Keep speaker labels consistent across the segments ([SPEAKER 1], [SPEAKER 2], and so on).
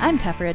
[SPEAKER 1] I'm Tefra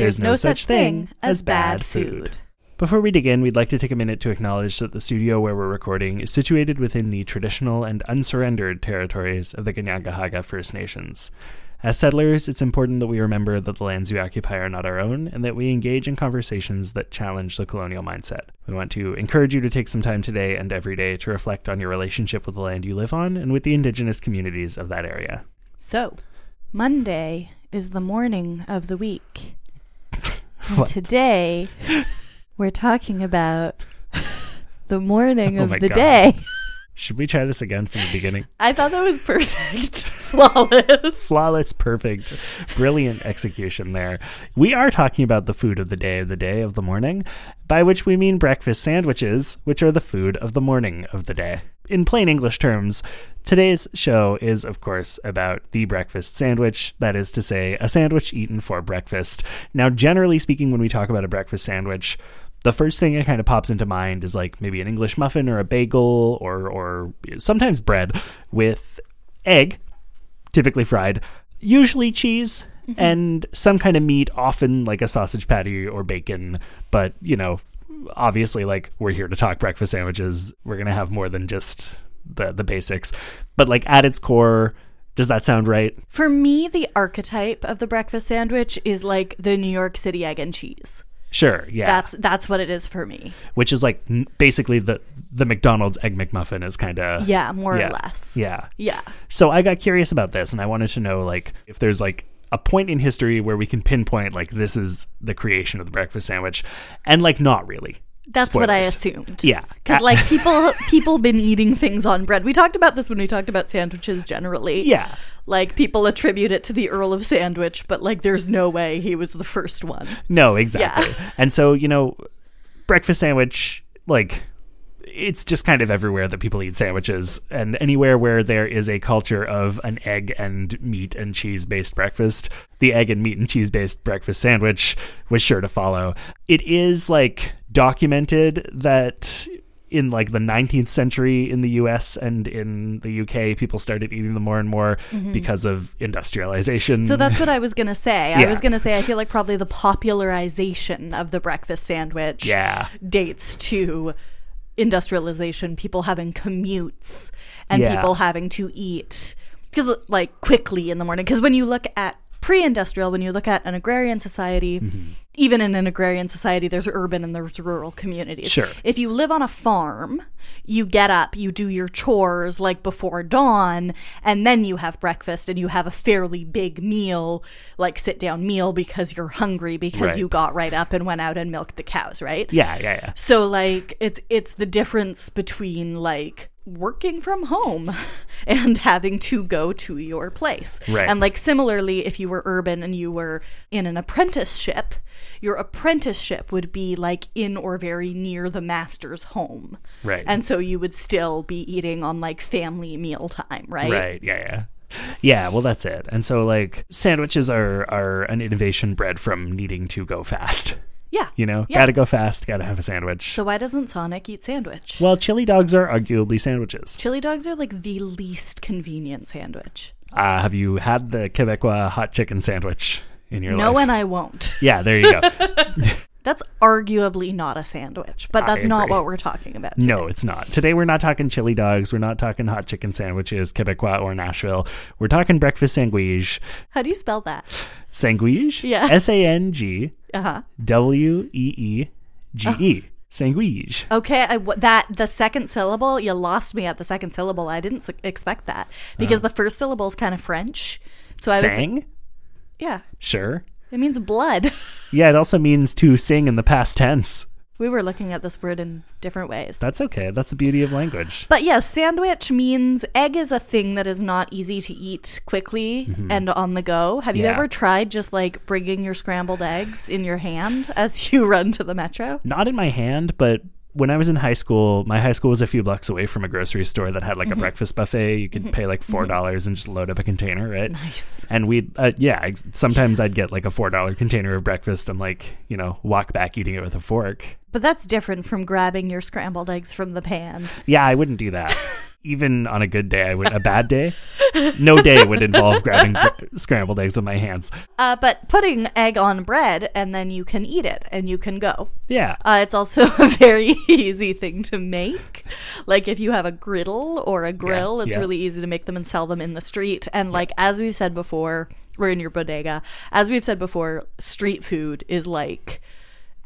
[SPEAKER 2] Before we begin, we'd like to take a minute to acknowledge that the studio where we're recording is situated within the traditional and unsurrendered territories of the Ganyagahaga First Nations. As settlers, it's important that we remember that the lands we occupy are not our own and that we engage in conversations that challenge the colonial mindset. We want to encourage you to take some time today and every day to reflect on your relationship with the land you live on and with the indigenous communities of that area.
[SPEAKER 1] So, Monday is the morning of the week. And
[SPEAKER 2] What?
[SPEAKER 1] today, we're talking about the morning
[SPEAKER 2] Oh
[SPEAKER 1] of
[SPEAKER 2] my
[SPEAKER 1] the
[SPEAKER 2] God.
[SPEAKER 1] day.
[SPEAKER 2] Should we try this again from the beginning?
[SPEAKER 1] I thought that was perfect. Flawless.
[SPEAKER 2] flawless, perfect, brilliant execution there. We are talking about the food of the day of the day of the morning, by which we mean breakfast sandwiches, which are the food of the morning of the day. In plain English terms, today's show is, of course, about the breakfast sandwich, that is to say, a sandwich eaten for breakfast. Now, generally speaking, when we talk about a breakfast sandwich, the first thing that kind of pops into mind is like maybe an English muffin or a bagel or, or sometimes bread with egg, typically fried, usually cheese
[SPEAKER 1] Mm-hmm.
[SPEAKER 2] and some kind of meat, often like a sausage patty or bacon. But, you know, obviously, like we're here to talk breakfast sandwiches. We're going to have more than just the, the basics. But, like, at its core, does that sound right?
[SPEAKER 1] For me, the archetype of the breakfast sandwich is like the New York City egg and cheese.
[SPEAKER 2] Sure. Yeah.
[SPEAKER 1] That's that's what it is for me.
[SPEAKER 2] Which is like n- basically the, the McDonald's Egg McMuffin is kind of.
[SPEAKER 1] Yeah, more
[SPEAKER 2] Yeah.
[SPEAKER 1] or less.
[SPEAKER 2] Yeah.
[SPEAKER 1] Yeah.
[SPEAKER 2] So I got curious about this and I wanted to know like if there's like a point in history where we can pinpoint like this is the creation of the breakfast sandwich and like not really.
[SPEAKER 1] That's what I
[SPEAKER 2] Spoilers.
[SPEAKER 1] assumed.
[SPEAKER 2] Yeah. Uh,
[SPEAKER 1] Because like people people been eating things on bread. We talked about this when we talked about sandwiches generally.
[SPEAKER 2] Yeah.
[SPEAKER 1] Like people attribute it to the Earl of Sandwich, but like there's no way he was the first one.
[SPEAKER 2] No, exactly. and so, you know, breakfast sandwich like it's just kind of everywhere that people eat sandwiches and anywhere where there is a culture of an egg and meat and cheese based breakfast, the egg and meat and cheese based breakfast sandwich was sure to follow. It is like documented that in like the 19th century in the US and in the UK people started eating them more and more because of industrialization.
[SPEAKER 1] Mm-hmm. So that's what I was gonna say. I
[SPEAKER 2] Mm. Yeah.
[SPEAKER 1] was gonna say I feel like probably the popularization of the breakfast sandwich
[SPEAKER 2] yeah.
[SPEAKER 1] dates to industrialization, people having commutes and
[SPEAKER 2] Yeah.
[SPEAKER 1] people having to eat because like quickly in the morning. Because when you look at pre-industrial, when you look at an agrarian society,
[SPEAKER 2] Mm-hmm.
[SPEAKER 1] even in an agrarian society, there's urban and there's rural communities.
[SPEAKER 2] Sure.
[SPEAKER 1] If you live on a farm, you get up, you do your chores like before dawn, and then you have breakfast and you have a fairly big meal, like sit down meal because you're hungry because
[SPEAKER 2] Right.
[SPEAKER 1] you got right up and went out and milked the cows, right?
[SPEAKER 2] Yeah, yeah, yeah.
[SPEAKER 1] So like it's it's the difference between like working from home and having to go to your place.
[SPEAKER 2] Right.
[SPEAKER 1] And like similarly if you were urban and you were in an apprenticeship, your apprenticeship would be like in or very near the master's home.
[SPEAKER 2] Right.
[SPEAKER 1] And so you would still be eating on like family meal time, right?
[SPEAKER 2] Right. Yeah. Yeah. Yeah. Well, that's it. And so, like, sandwiches are are an innovation bred from needing to go fast.
[SPEAKER 1] Yeah.
[SPEAKER 2] You know,
[SPEAKER 1] Yeah.
[SPEAKER 2] gotta go fast. Gotta have a sandwich.
[SPEAKER 1] So why doesn't Sonic eat sandwich?
[SPEAKER 2] well, chili dogs are arguably sandwiches.
[SPEAKER 1] Chili dogs are like the least convenient sandwich.
[SPEAKER 2] Uh, have you had the Quebecois hot chicken sandwich in your
[SPEAKER 1] No,
[SPEAKER 2] life?
[SPEAKER 1] and I won't.
[SPEAKER 2] Yeah, there you go.
[SPEAKER 1] That's arguably not a sandwich, but
[SPEAKER 2] I
[SPEAKER 1] that's not
[SPEAKER 2] agree.
[SPEAKER 1] what we're talking about. today.
[SPEAKER 2] no, it's not. Today we're not talking chili dogs. We're not talking hot chicken sandwiches, Quebecois or Nashville. We're talking breakfast sandwich.
[SPEAKER 1] How do you spell that?
[SPEAKER 2] Sandwich?
[SPEAKER 1] Yeah.
[SPEAKER 2] S A N G
[SPEAKER 1] Uh huh.
[SPEAKER 2] W E E G E.
[SPEAKER 1] Oh.
[SPEAKER 2] Sandwich.
[SPEAKER 1] Okay, I, w- that the second syllable you lost me at the second syllable. I didn't s- expect that because the first syllable is kind of French. So I was
[SPEAKER 2] Uh-huh. Sang?
[SPEAKER 1] yeah,
[SPEAKER 2] Sure.
[SPEAKER 1] it means blood.
[SPEAKER 2] Yeah, it also means to sing in the past tense.
[SPEAKER 1] We were looking at this word in different ways.
[SPEAKER 2] That's okay. That's the beauty of language.
[SPEAKER 1] But yes, sandwich means egg is a thing that is not easy to eat quickly and on the go. Have you
[SPEAKER 2] Mm-hmm. Yeah.
[SPEAKER 1] ever tried just like bringing your scrambled eggs in your hand as you run to the metro?
[SPEAKER 2] Not in my hand, but when I was in high school, my high school was a few blocks away from a grocery store that had like a breakfast buffet. You could pay like $4 dollars and just load up a container, right?
[SPEAKER 1] Nice.
[SPEAKER 2] And we, uh, yeah, ex- sometimes I'd get like a $4 container of breakfast and like, you know, walk back eating it with a fork.
[SPEAKER 1] But that's different from grabbing your scrambled eggs from the pan.
[SPEAKER 2] Yeah, I wouldn't do that. Even on a good day, I would, a bad day, no day would involve grabbing gr- scrambled eggs with my hands.
[SPEAKER 1] Uh, but putting egg on bread and then you can eat it and you can go.
[SPEAKER 2] Yeah.
[SPEAKER 1] Uh, it's also a very easy thing to make. Like if you have a griddle or a grill, it's
[SPEAKER 2] yeah.
[SPEAKER 1] really easy to make them and sell them in the street. And like as we've said before, we're in your bodega. As we've said before, street food is like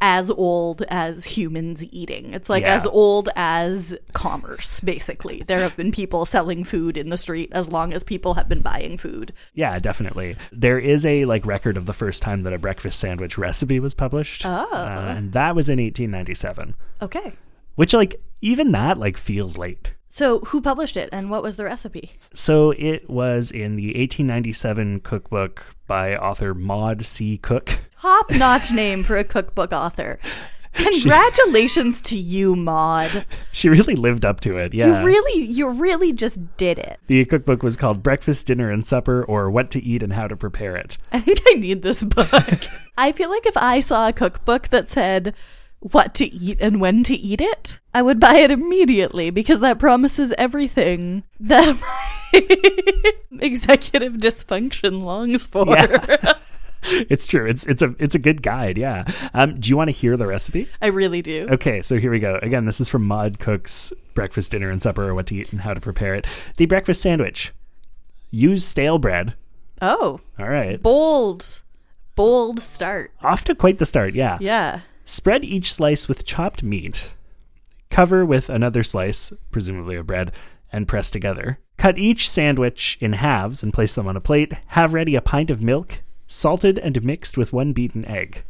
[SPEAKER 1] as old as humans eating. It's like
[SPEAKER 2] Yeah.
[SPEAKER 1] as old as commerce, basically. There have been people selling food in the street as long as people have been buying food.
[SPEAKER 2] Yeah, definitely. There is a like record of the first time that a breakfast sandwich recipe was published. Oh. and that was in 1897,
[SPEAKER 1] Okay.
[SPEAKER 2] which like even that like feels late.
[SPEAKER 1] So who published it and what was the recipe?
[SPEAKER 2] So it was in the 1897 cookbook by author Maud C. Cook.
[SPEAKER 1] top notch name for a cookbook author. Congratulations to you, Maud.
[SPEAKER 2] She really lived up to it. Yeah.
[SPEAKER 1] You really, you really just did it.
[SPEAKER 2] the cookbook was called Breakfast, Dinner, and Supper, or What to Eat and How to Prepare It.
[SPEAKER 1] I think I need this book. I feel like if I saw a cookbook that said what to eat and when to eat it, I would buy it immediately because that promises everything that my executive dysfunction longs for.
[SPEAKER 2] It's true. It's it's a it's a good guide. Yeah. Um, do you want to hear the recipe?
[SPEAKER 1] I really do.
[SPEAKER 2] Okay, so here we go. Again, this is from Maud Cook's Breakfast, Dinner, and Supper, or What to Eat and How to Prepare It. The breakfast sandwich. Use stale bread.
[SPEAKER 1] Oh,
[SPEAKER 2] All right.
[SPEAKER 1] bold, bold start.
[SPEAKER 2] Off to quite the start, yeah.
[SPEAKER 1] Yeah.
[SPEAKER 2] Spread each slice with chopped meat. Cover with another slice, presumably of bread, and press together. Cut each sandwich in halves and place them on a plate. Have ready a pint of milk, salted and mixed with one beaten egg.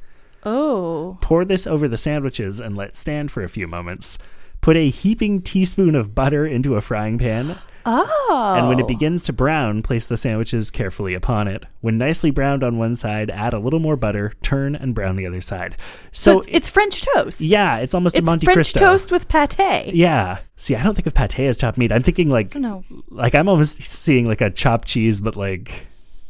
[SPEAKER 1] Oh.
[SPEAKER 2] Pour this over the sandwiches and let stand for a few moments. Put a heaping teaspoon of butter into a frying pan,
[SPEAKER 1] Oh.
[SPEAKER 2] and when it begins to brown, place the sandwiches carefully upon it. When nicely browned on one side, add a little more butter, turn and brown the other side. So,
[SPEAKER 1] So it's, it's French toast.
[SPEAKER 2] yeah, it's almost a
[SPEAKER 1] it's
[SPEAKER 2] Monte
[SPEAKER 1] French
[SPEAKER 2] Cristo.
[SPEAKER 1] toast with pate.
[SPEAKER 2] Yeah. See, I don't think of pate as chopped meat. I'm thinking like
[SPEAKER 1] Oh, No,
[SPEAKER 2] like I'm almost seeing like a chopped cheese, but like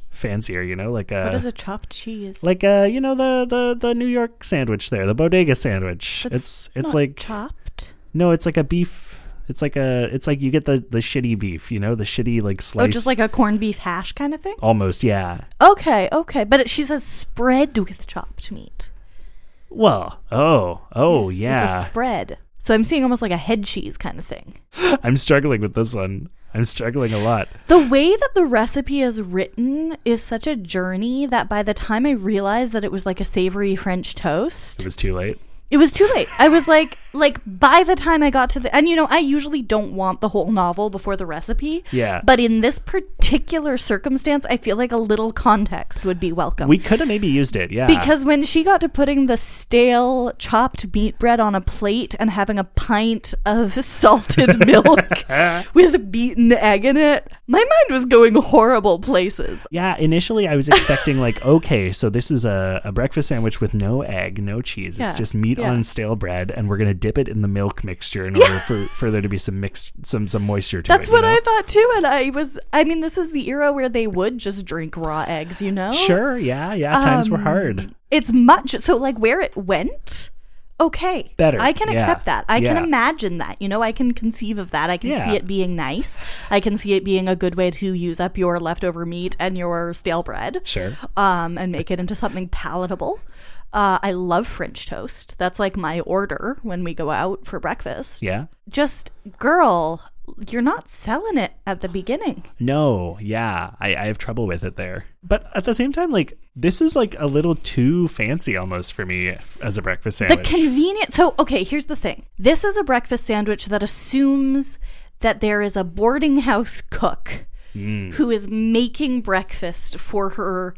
[SPEAKER 2] fancier. You know, like a
[SPEAKER 1] what is a chopped cheese?
[SPEAKER 2] like uh you know the the the New York sandwich there, the bodega sandwich.
[SPEAKER 1] That's
[SPEAKER 2] it's it's
[SPEAKER 1] not
[SPEAKER 2] like
[SPEAKER 1] chopped.
[SPEAKER 2] no, it's like a beef. It's like a it's like you get the the shitty beef, you know, the shitty like slice.
[SPEAKER 1] Oh, just like a corned beef hash kind of thing.
[SPEAKER 2] almost, yeah.
[SPEAKER 1] Okay, okay, but it, she says spread with chopped meat.
[SPEAKER 2] Well, oh, oh
[SPEAKER 1] It's a
[SPEAKER 2] yeah.
[SPEAKER 1] spread. So I'm seeing almost like a head cheese kind of thing.
[SPEAKER 2] I'm struggling with this one. I'm struggling a lot.
[SPEAKER 1] The way that the recipe is written is such a journey that by the time I realized that it was like a savory French toast,
[SPEAKER 2] It was too late.
[SPEAKER 1] It was too late. I was like, like by the time I got to the, and you know, I usually don't want the whole novel before the recipe.
[SPEAKER 2] Yeah.
[SPEAKER 1] But in this particular circumstance, I feel like a little context would be welcome.
[SPEAKER 2] We could have maybe used it, yeah.
[SPEAKER 1] because when she got to putting the stale chopped meat bread on a plate and having a pint of salted milk with beaten egg in it, my mind was going horrible places.
[SPEAKER 2] yeah, initially I was expecting like, okay, so this is a, a breakfast sandwich with no egg, no cheese.
[SPEAKER 1] Yeah,
[SPEAKER 2] It's just meat
[SPEAKER 1] yeah.
[SPEAKER 2] on stale bread, and we're gonna dip it in the milk mixture in order for, for there to be some mixed some some moisture to
[SPEAKER 1] That's
[SPEAKER 2] it.
[SPEAKER 1] what
[SPEAKER 2] you know?
[SPEAKER 1] I thought too. And I was, I mean, this is the era where they would just drink raw eggs, you know?
[SPEAKER 2] Sure, yeah, yeah. Times were hard.
[SPEAKER 1] it's much so like where it went okay
[SPEAKER 2] Better,
[SPEAKER 1] i can
[SPEAKER 2] yeah,
[SPEAKER 1] accept that i
[SPEAKER 2] yeah.
[SPEAKER 1] can imagine that you know i can conceive of that i can
[SPEAKER 2] Yeah.
[SPEAKER 1] see it being nice i can see it being a good way to use up your leftover meat and your stale bread
[SPEAKER 2] Sure.
[SPEAKER 1] um, and make it into something palatable uh, i love french toast that's like my order when we go out for breakfast
[SPEAKER 2] Yeah.
[SPEAKER 1] just girl you're not selling it at the beginning
[SPEAKER 2] No, yeah, I, I have trouble with it there. But at the same time, like this is like a little too fancy almost for me as a breakfast
[SPEAKER 1] The
[SPEAKER 2] sandwich.
[SPEAKER 1] convenient. So, okay, here's the thing. This is a breakfast sandwich that assumes that there is a
[SPEAKER 2] Mm.
[SPEAKER 1] boarding house cook who is making breakfast for her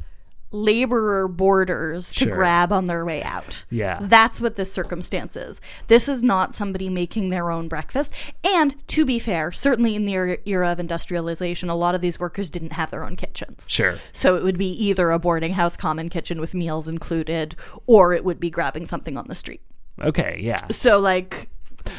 [SPEAKER 1] laborer boarders to
[SPEAKER 2] Sure.
[SPEAKER 1] grab on their way out.
[SPEAKER 2] Yeah.
[SPEAKER 1] That's what this circumstance is. This is not somebody making their own breakfast. And to be fair, certainly in the er- era of industrialization, a lot of these workers didn't have their own kitchens.
[SPEAKER 2] Sure.
[SPEAKER 1] So it would be either a boarding house common kitchen with meals included, or it would be grabbing something on the street.
[SPEAKER 2] Okay. Yeah.
[SPEAKER 1] So like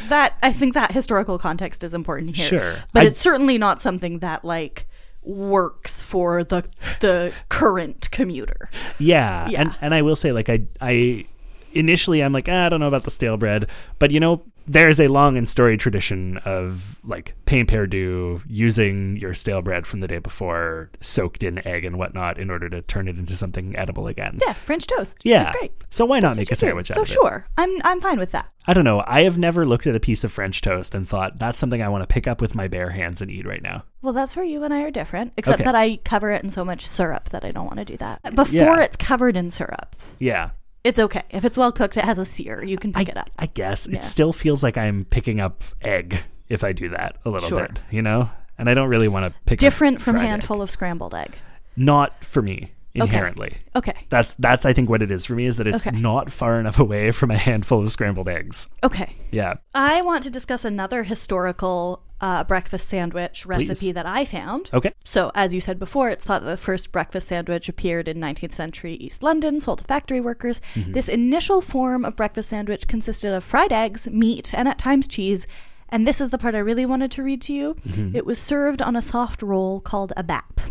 [SPEAKER 1] that I think that historical context is important here.
[SPEAKER 2] Sure.
[SPEAKER 1] But
[SPEAKER 2] I-
[SPEAKER 1] it's certainly not something that like works for the the current commuter.
[SPEAKER 2] Yeah.
[SPEAKER 1] Yeah.
[SPEAKER 2] And and I will say like I I initially I'm like, ah, I don't know about the stale bread, but you know, there's a long and storied tradition of like pain perdu using your stale bread from the day before soaked in egg and whatnot in order to turn it into something edible again.
[SPEAKER 1] Yeah, French toast.
[SPEAKER 2] Yeah.
[SPEAKER 1] It's great.
[SPEAKER 2] So why not make a
[SPEAKER 1] Sure.
[SPEAKER 2] sandwich out
[SPEAKER 1] So
[SPEAKER 2] of it?
[SPEAKER 1] sure. I'm I'm fine with that.
[SPEAKER 2] I don't know. I have never looked at a piece of French toast and thought that's something I want to pick up with my bare hands and eat right now.
[SPEAKER 1] Well, that's where you and I are different, except
[SPEAKER 2] Okay.
[SPEAKER 1] that I cover it in so much syrup that I don't want to do that. Before
[SPEAKER 2] Yeah.
[SPEAKER 1] it's covered in syrup,
[SPEAKER 2] Yeah.
[SPEAKER 1] it's okay. If it's well cooked, it has a sear. You can pick it up.
[SPEAKER 2] I guess
[SPEAKER 1] Yeah.
[SPEAKER 2] it still feels like I'm picking up egg if I do that a little
[SPEAKER 1] Sure.
[SPEAKER 2] bit, you know? And I don't really want to pick
[SPEAKER 1] Different
[SPEAKER 2] up
[SPEAKER 1] from
[SPEAKER 2] fried
[SPEAKER 1] handful of scrambled egg.
[SPEAKER 2] egg. Not for me inherently.
[SPEAKER 1] Okay.
[SPEAKER 2] That's that's I think what it is for me is that it's
[SPEAKER 1] Okay.
[SPEAKER 2] not far enough away from a handful of scrambled eggs.
[SPEAKER 1] Okay.
[SPEAKER 2] Yeah.
[SPEAKER 1] I want to discuss another historical uh, breakfast sandwich recipe
[SPEAKER 2] Please.
[SPEAKER 1] that I found.
[SPEAKER 2] Okay.
[SPEAKER 1] So, as you said before, it's thought that the first breakfast sandwich appeared in 19th century East London, sold to factory workers.
[SPEAKER 2] Mm-hmm.
[SPEAKER 1] This initial form of breakfast sandwich consisted of fried eggs, meat, and at times cheese. And this is the part I really wanted to read to you.
[SPEAKER 2] Mm-hmm.
[SPEAKER 1] It was served on a soft roll called a bap.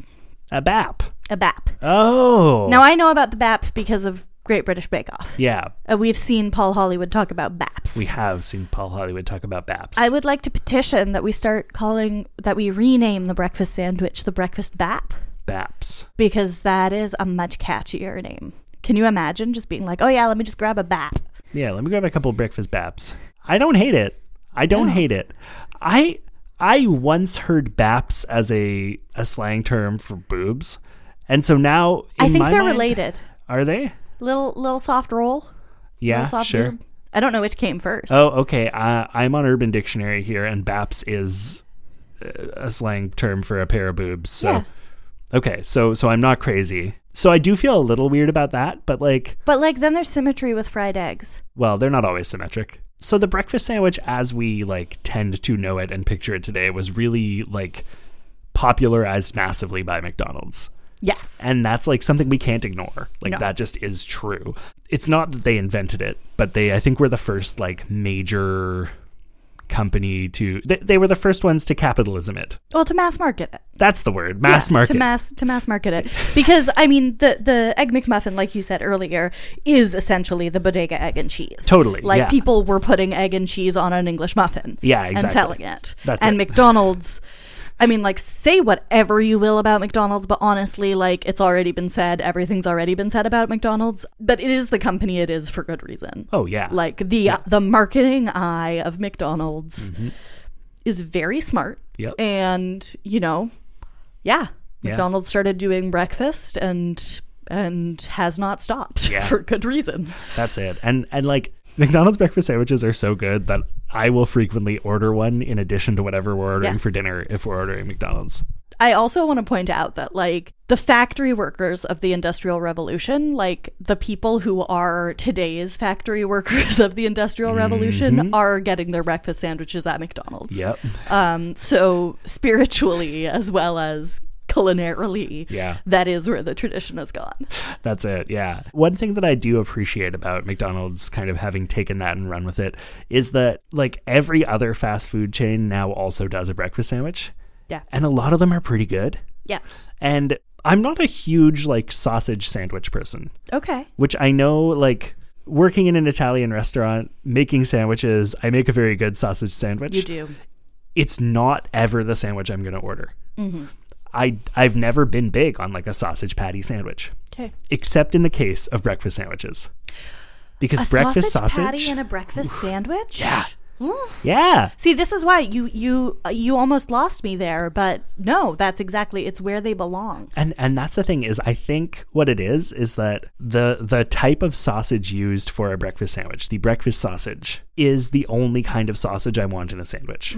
[SPEAKER 2] A bap.
[SPEAKER 1] A bap.
[SPEAKER 2] Oh.
[SPEAKER 1] Now, I know about the bap because of Great British Bake Off.
[SPEAKER 2] yeah.
[SPEAKER 1] Uh, we've seen Paul Hollywood talk about baps.
[SPEAKER 2] We have seen Paul Hollywood talk about baps.
[SPEAKER 1] I would like to petition that we start calling that we rename the breakfast sandwich the breakfast bap
[SPEAKER 2] baps.
[SPEAKER 1] because that is a much catchier name. Can you imagine just being like, "Oh yeah, let me just grab a bap."
[SPEAKER 2] Yeah, let me grab a couple of breakfast baps. I don't hate it. I don't hate it. I I once heard baps as a a slang term for boobs. And so now
[SPEAKER 1] I
[SPEAKER 2] in
[SPEAKER 1] think
[SPEAKER 2] my
[SPEAKER 1] they're
[SPEAKER 2] mind-
[SPEAKER 1] related.
[SPEAKER 2] Are they?
[SPEAKER 1] Little little soft roll,
[SPEAKER 2] Yeah,
[SPEAKER 1] little soft
[SPEAKER 2] sure.
[SPEAKER 1] boob. I don't know which came first.
[SPEAKER 2] Oh, okay. Uh, I'm on Urban Dictionary here and baps is uh, a slang term for a pair of boobs. So
[SPEAKER 1] Yeah.
[SPEAKER 2] Okay, so so I'm not crazy. So I do feel a little weird about that, but like
[SPEAKER 1] But like then there's symmetry with fried eggs.
[SPEAKER 2] well, they're not always symmetric. So the breakfast sandwich, as we like tend to know it and picture it today, was really like popularized massively by McDonald's.
[SPEAKER 1] Yes.
[SPEAKER 2] And that's like something we can't ignore. Like
[SPEAKER 1] No.
[SPEAKER 2] that just is true. It's not that they invented it, but they I think were the first like major company to they, they were the first ones to capitalism it.
[SPEAKER 1] well, to mass market it.
[SPEAKER 2] That's the word. Mass
[SPEAKER 1] Yeah,
[SPEAKER 2] market.
[SPEAKER 1] to mass to mass market it because I mean the the egg McMuffin like you said earlier is essentially the bodega egg and cheese
[SPEAKER 2] Totally,
[SPEAKER 1] like
[SPEAKER 2] yeah.
[SPEAKER 1] people were putting egg and cheese on an English muffin
[SPEAKER 2] Yeah,
[SPEAKER 1] and
[SPEAKER 2] exactly.
[SPEAKER 1] selling it
[SPEAKER 2] That's
[SPEAKER 1] and
[SPEAKER 2] it.
[SPEAKER 1] McDonald's I mean like say whatever you will about McDonald's but honestly like it's already been said everything's already been said about McDonald's but it is the company it is for good reason
[SPEAKER 2] oh yeah. Mm-hmm.
[SPEAKER 1] like the the marketing eye of McDonald's is very smart.
[SPEAKER 2] Yep.
[SPEAKER 1] And you know, yeah,
[SPEAKER 2] Yeah.
[SPEAKER 1] McDonald's started doing breakfast and and has not stopped
[SPEAKER 2] Yeah.
[SPEAKER 1] for good reason.
[SPEAKER 2] That's it. And and like McDonald's breakfast sandwiches are so good that I will frequently order one in addition to whatever we're ordering
[SPEAKER 1] Yeah.
[SPEAKER 2] for dinner if we're ordering McDonald's.
[SPEAKER 1] I also want to point out that like the factory workers of the industrial revolution, like the people who are today's factory workers of the industrial revolution are getting their breakfast sandwiches at McDonald's.
[SPEAKER 2] Mm-hmm. Yep.
[SPEAKER 1] Um, so spiritually as well as culinarily,
[SPEAKER 2] Yeah.
[SPEAKER 1] that is where the tradition has gone.
[SPEAKER 2] That's it. Yeah. One thing that I do appreciate about McDonald's kind of having taken that and run with it is that like every other fast food chain now also does a breakfast sandwich.
[SPEAKER 1] Yeah.
[SPEAKER 2] And a lot of them are pretty good.
[SPEAKER 1] Yeah.
[SPEAKER 2] And I'm not a huge like sausage sandwich person.
[SPEAKER 1] Okay.
[SPEAKER 2] which I know like working in an Italian restaurant, making sandwiches, I make a very good sausage sandwich.
[SPEAKER 1] You do.
[SPEAKER 2] It's not ever the sandwich I'm going to order.
[SPEAKER 1] Mm-hmm.
[SPEAKER 2] I I've never been big on like a sausage patty sandwich,
[SPEAKER 1] Okay.
[SPEAKER 2] except in the case of breakfast sandwiches. Because
[SPEAKER 1] A
[SPEAKER 2] breakfast
[SPEAKER 1] sausage,
[SPEAKER 2] sausage,
[SPEAKER 1] patty and a breakfast sandwich?
[SPEAKER 2] Yeah.
[SPEAKER 1] Mm.
[SPEAKER 2] yeah,
[SPEAKER 1] See, this is why you you uh, you almost lost me there, but no, that's exactly it's where they belong.
[SPEAKER 2] and and that's the thing is I think what it is is that the the type of sausage used for a breakfast sandwich, the breakfast sausage, is the only kind of sausage I want in a
[SPEAKER 1] Mm-hmm.
[SPEAKER 2] sandwich.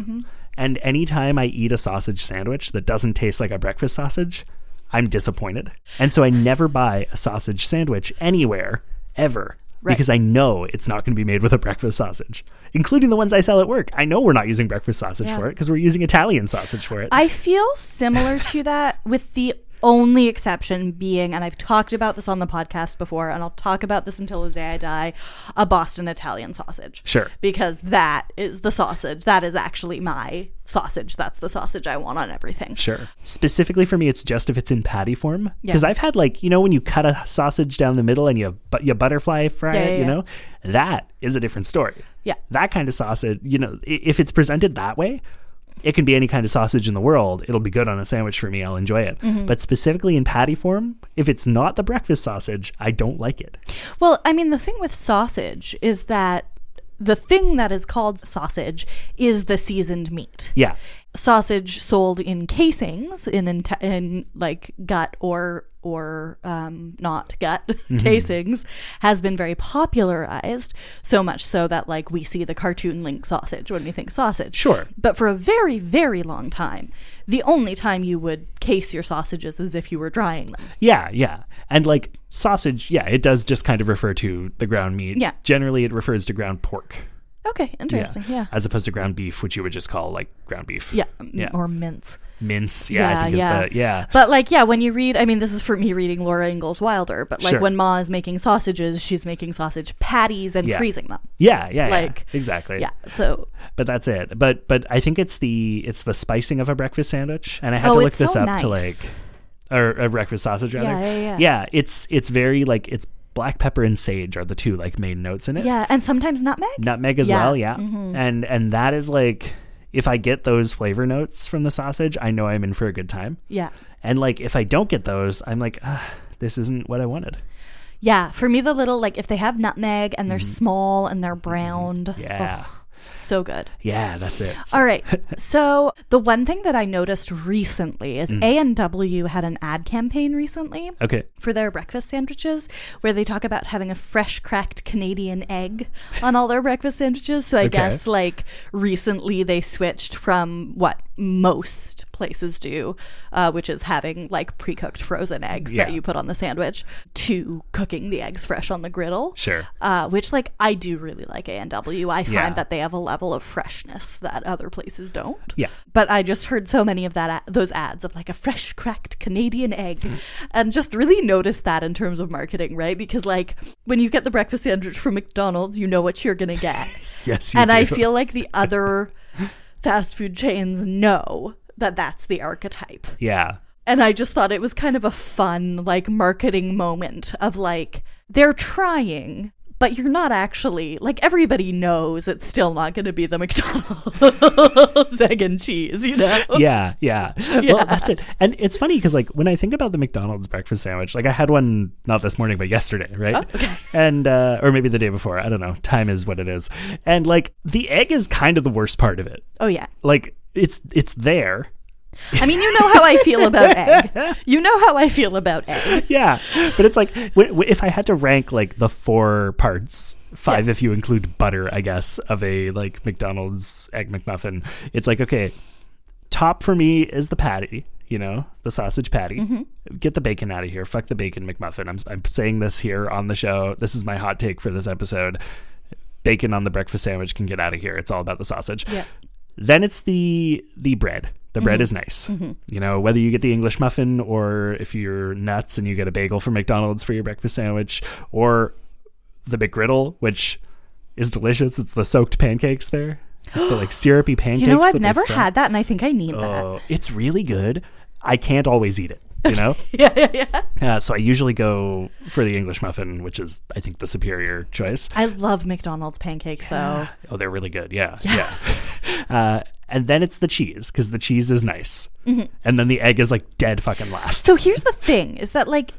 [SPEAKER 2] And anytime I eat a sausage sandwich that doesn't taste like a breakfast sausage, I'm disappointed. And so I never buy a sausage sandwich anywhere, ever.
[SPEAKER 1] Right.
[SPEAKER 2] Because I know it's not going to be made with a breakfast sausage, including the ones I sell at work. I know we're not using breakfast sausage
[SPEAKER 1] Yeah.
[SPEAKER 2] for it because we're using Italian sausage for it.
[SPEAKER 1] I feel similar to that, with the only exception being, and I've talked about this on the podcast before, and I'll talk about this until the day I die a Boston Italian sausage.
[SPEAKER 2] Sure.
[SPEAKER 1] Because that is the sausage. That is actually my sausage. That's the sausage I want on everything.
[SPEAKER 2] Sure. Specifically for me, it's just if it's in patty form.
[SPEAKER 1] Yeah.
[SPEAKER 2] Because I've had like you know when you cut a sausage down the middle and you but you butterfly fry
[SPEAKER 1] Yeah,
[SPEAKER 2] it,
[SPEAKER 1] yeah,
[SPEAKER 2] you
[SPEAKER 1] yeah.
[SPEAKER 2] know, that is a different story.
[SPEAKER 1] Yeah.
[SPEAKER 2] That kind of sausage, you know, i- if it's presented that way, it can be any kind of sausage in the world. It'll be good on a sandwich for me. I'll enjoy it.
[SPEAKER 1] Mm-hmm.
[SPEAKER 2] But specifically in patty form, if it's not the breakfast sausage, I don't like it.
[SPEAKER 1] Well, I mean, the thing with sausage is that the thing that is called sausage is the seasoned meat.
[SPEAKER 2] Yeah.
[SPEAKER 1] Sausage sold in casings, in in, in like gut or or um, not gut
[SPEAKER 2] Mm-hmm.
[SPEAKER 1] casings, has been very popularized. So much so that like we see the cartoon link sausage when we think sausage.
[SPEAKER 2] Sure.
[SPEAKER 1] But for a very very long time, the only time you would case your sausages is if you were drying them.
[SPEAKER 2] Yeah, yeah. And like sausage, yeah, it does just kind of refer to the ground meat.
[SPEAKER 1] Yeah.
[SPEAKER 2] Generally, it refers to ground pork.
[SPEAKER 1] Okay, interesting. Yeah.
[SPEAKER 2] As opposed to ground beef, which you would just call like ground beef.
[SPEAKER 1] Yeah,
[SPEAKER 2] Yeah.
[SPEAKER 1] or mince.
[SPEAKER 2] Mince. Yeah, I think is the yeah.
[SPEAKER 1] But like, yeah, when you read, I mean, this is for me reading Laura Ingalls Wilder, but like
[SPEAKER 2] Sure.
[SPEAKER 1] when Ma is making sausages, she's making sausage patties and
[SPEAKER 2] Yeah.
[SPEAKER 1] freezing them.
[SPEAKER 2] yeah, yeah, yeah.
[SPEAKER 1] like,
[SPEAKER 2] exactly.
[SPEAKER 1] Yeah, so
[SPEAKER 2] But that's it. But but I think it's the it's the spicing of a breakfast sandwich. And I had
[SPEAKER 1] Oh,
[SPEAKER 2] to look
[SPEAKER 1] it's
[SPEAKER 2] this
[SPEAKER 1] so
[SPEAKER 2] up to like
[SPEAKER 1] nice.
[SPEAKER 2] or a breakfast sausage rather.
[SPEAKER 1] Yeah, yeah, yeah.
[SPEAKER 2] it's it's very like it's black pepper and sage are the two like main notes in it.
[SPEAKER 1] yeah, and sometimes nutmeg.
[SPEAKER 2] nutmeg as
[SPEAKER 1] Yeah. Mm-hmm.
[SPEAKER 2] well yeah and and that is like if i get those flavor notes from the sausage i know i'm in for a good time
[SPEAKER 1] Yeah,
[SPEAKER 2] and like if i don't get those i'm like ah, this isn't what i wanted
[SPEAKER 1] yeah. For me, the little like if they have nutmeg and they're small and they're browned,
[SPEAKER 2] Mm-hmm. yeah
[SPEAKER 1] ugh, so good.
[SPEAKER 2] yeah that's it
[SPEAKER 1] All right. So the one thing that I noticed recently
[SPEAKER 2] Mm.
[SPEAKER 1] is A and W had an ad campaign recently.
[SPEAKER 2] okay
[SPEAKER 1] for their breakfast sandwiches where they talk about having a fresh cracked Canadian egg on all their breakfast sandwiches. So I
[SPEAKER 2] Okay.
[SPEAKER 1] guess like recently they switched from what most places do, uh, which is having like pre cooked frozen eggs that
[SPEAKER 2] Yeah.
[SPEAKER 1] you put on the sandwich, to cooking the eggs fresh on the griddle.
[SPEAKER 2] sure
[SPEAKER 1] Uh, which like I do really like A&W. I find
[SPEAKER 2] Yeah.
[SPEAKER 1] that they have a level of freshness that other places don't.
[SPEAKER 2] Yeah.
[SPEAKER 1] But I just heard so many of that those ads of like a fresh cracked Canadian egg and just really noticed that in terms of marketing, right? Because like when you get the breakfast sandwich from McDonald's, you know what you're going to get.
[SPEAKER 2] yes you
[SPEAKER 1] and I
[SPEAKER 2] do.
[SPEAKER 1] feel like the other fast food chains know that that's the archetype
[SPEAKER 2] yeah
[SPEAKER 1] and I just thought it was kind of a fun like marketing moment of like they're trying but you're not actually like everybody knows it's still not going to be the McDonald's egg and cheese, you know.
[SPEAKER 2] yeah, yeah. Well, that's it. And it's funny because, like, when I think about the McDonald's breakfast sandwich, like, I had one not this morning, but yesterday, right? okay. And, uh, or maybe the day before. I don't know. Time is what it is. And, like, the egg is kind of the worst part of it.
[SPEAKER 1] Oh yeah.
[SPEAKER 2] like it's it's there
[SPEAKER 1] I mean, you know how I feel about egg. You know how I feel about egg.
[SPEAKER 2] yeah but it's like w- w- if i had to rank like the four parts five if you include butter i guess of a like mcdonald's egg mcmuffin it's like okay top for me is the patty you know the sausage patty
[SPEAKER 1] Mm-hmm.
[SPEAKER 2] get the bacon out of here fuck the bacon mcmuffin I'm, s- I'm saying this here on the show this is my hot take for this episode bacon on the breakfast sandwich can get out of here it's all about the sausage
[SPEAKER 1] Yeah. Mm-hmm.
[SPEAKER 2] then it's the the bread the bread is nice you know whether you get the english muffin or if you're nuts and you get a bagel from mcdonald's for your breakfast sandwich or the mcgriddle which is delicious it's the soaked pancakes there it's the like syrupy pancakes
[SPEAKER 1] You know,
[SPEAKER 2] that
[SPEAKER 1] I've
[SPEAKER 2] they
[SPEAKER 1] never
[SPEAKER 2] fry.
[SPEAKER 1] had that, and I think I need that.
[SPEAKER 2] oh it's really good i can't always eat it you know
[SPEAKER 1] Yeah, yeah, yeah.
[SPEAKER 2] uh, so i usually go for the english muffin which is i think the superior choice
[SPEAKER 1] I love McDonald's pancakes, though.
[SPEAKER 2] Oh, they're really good. Yeah. Yeah. uh, and then it's the cheese because the cheese is nice. And then the egg is like dead fucking last.
[SPEAKER 1] Mm-hmm. So here's the thing is that like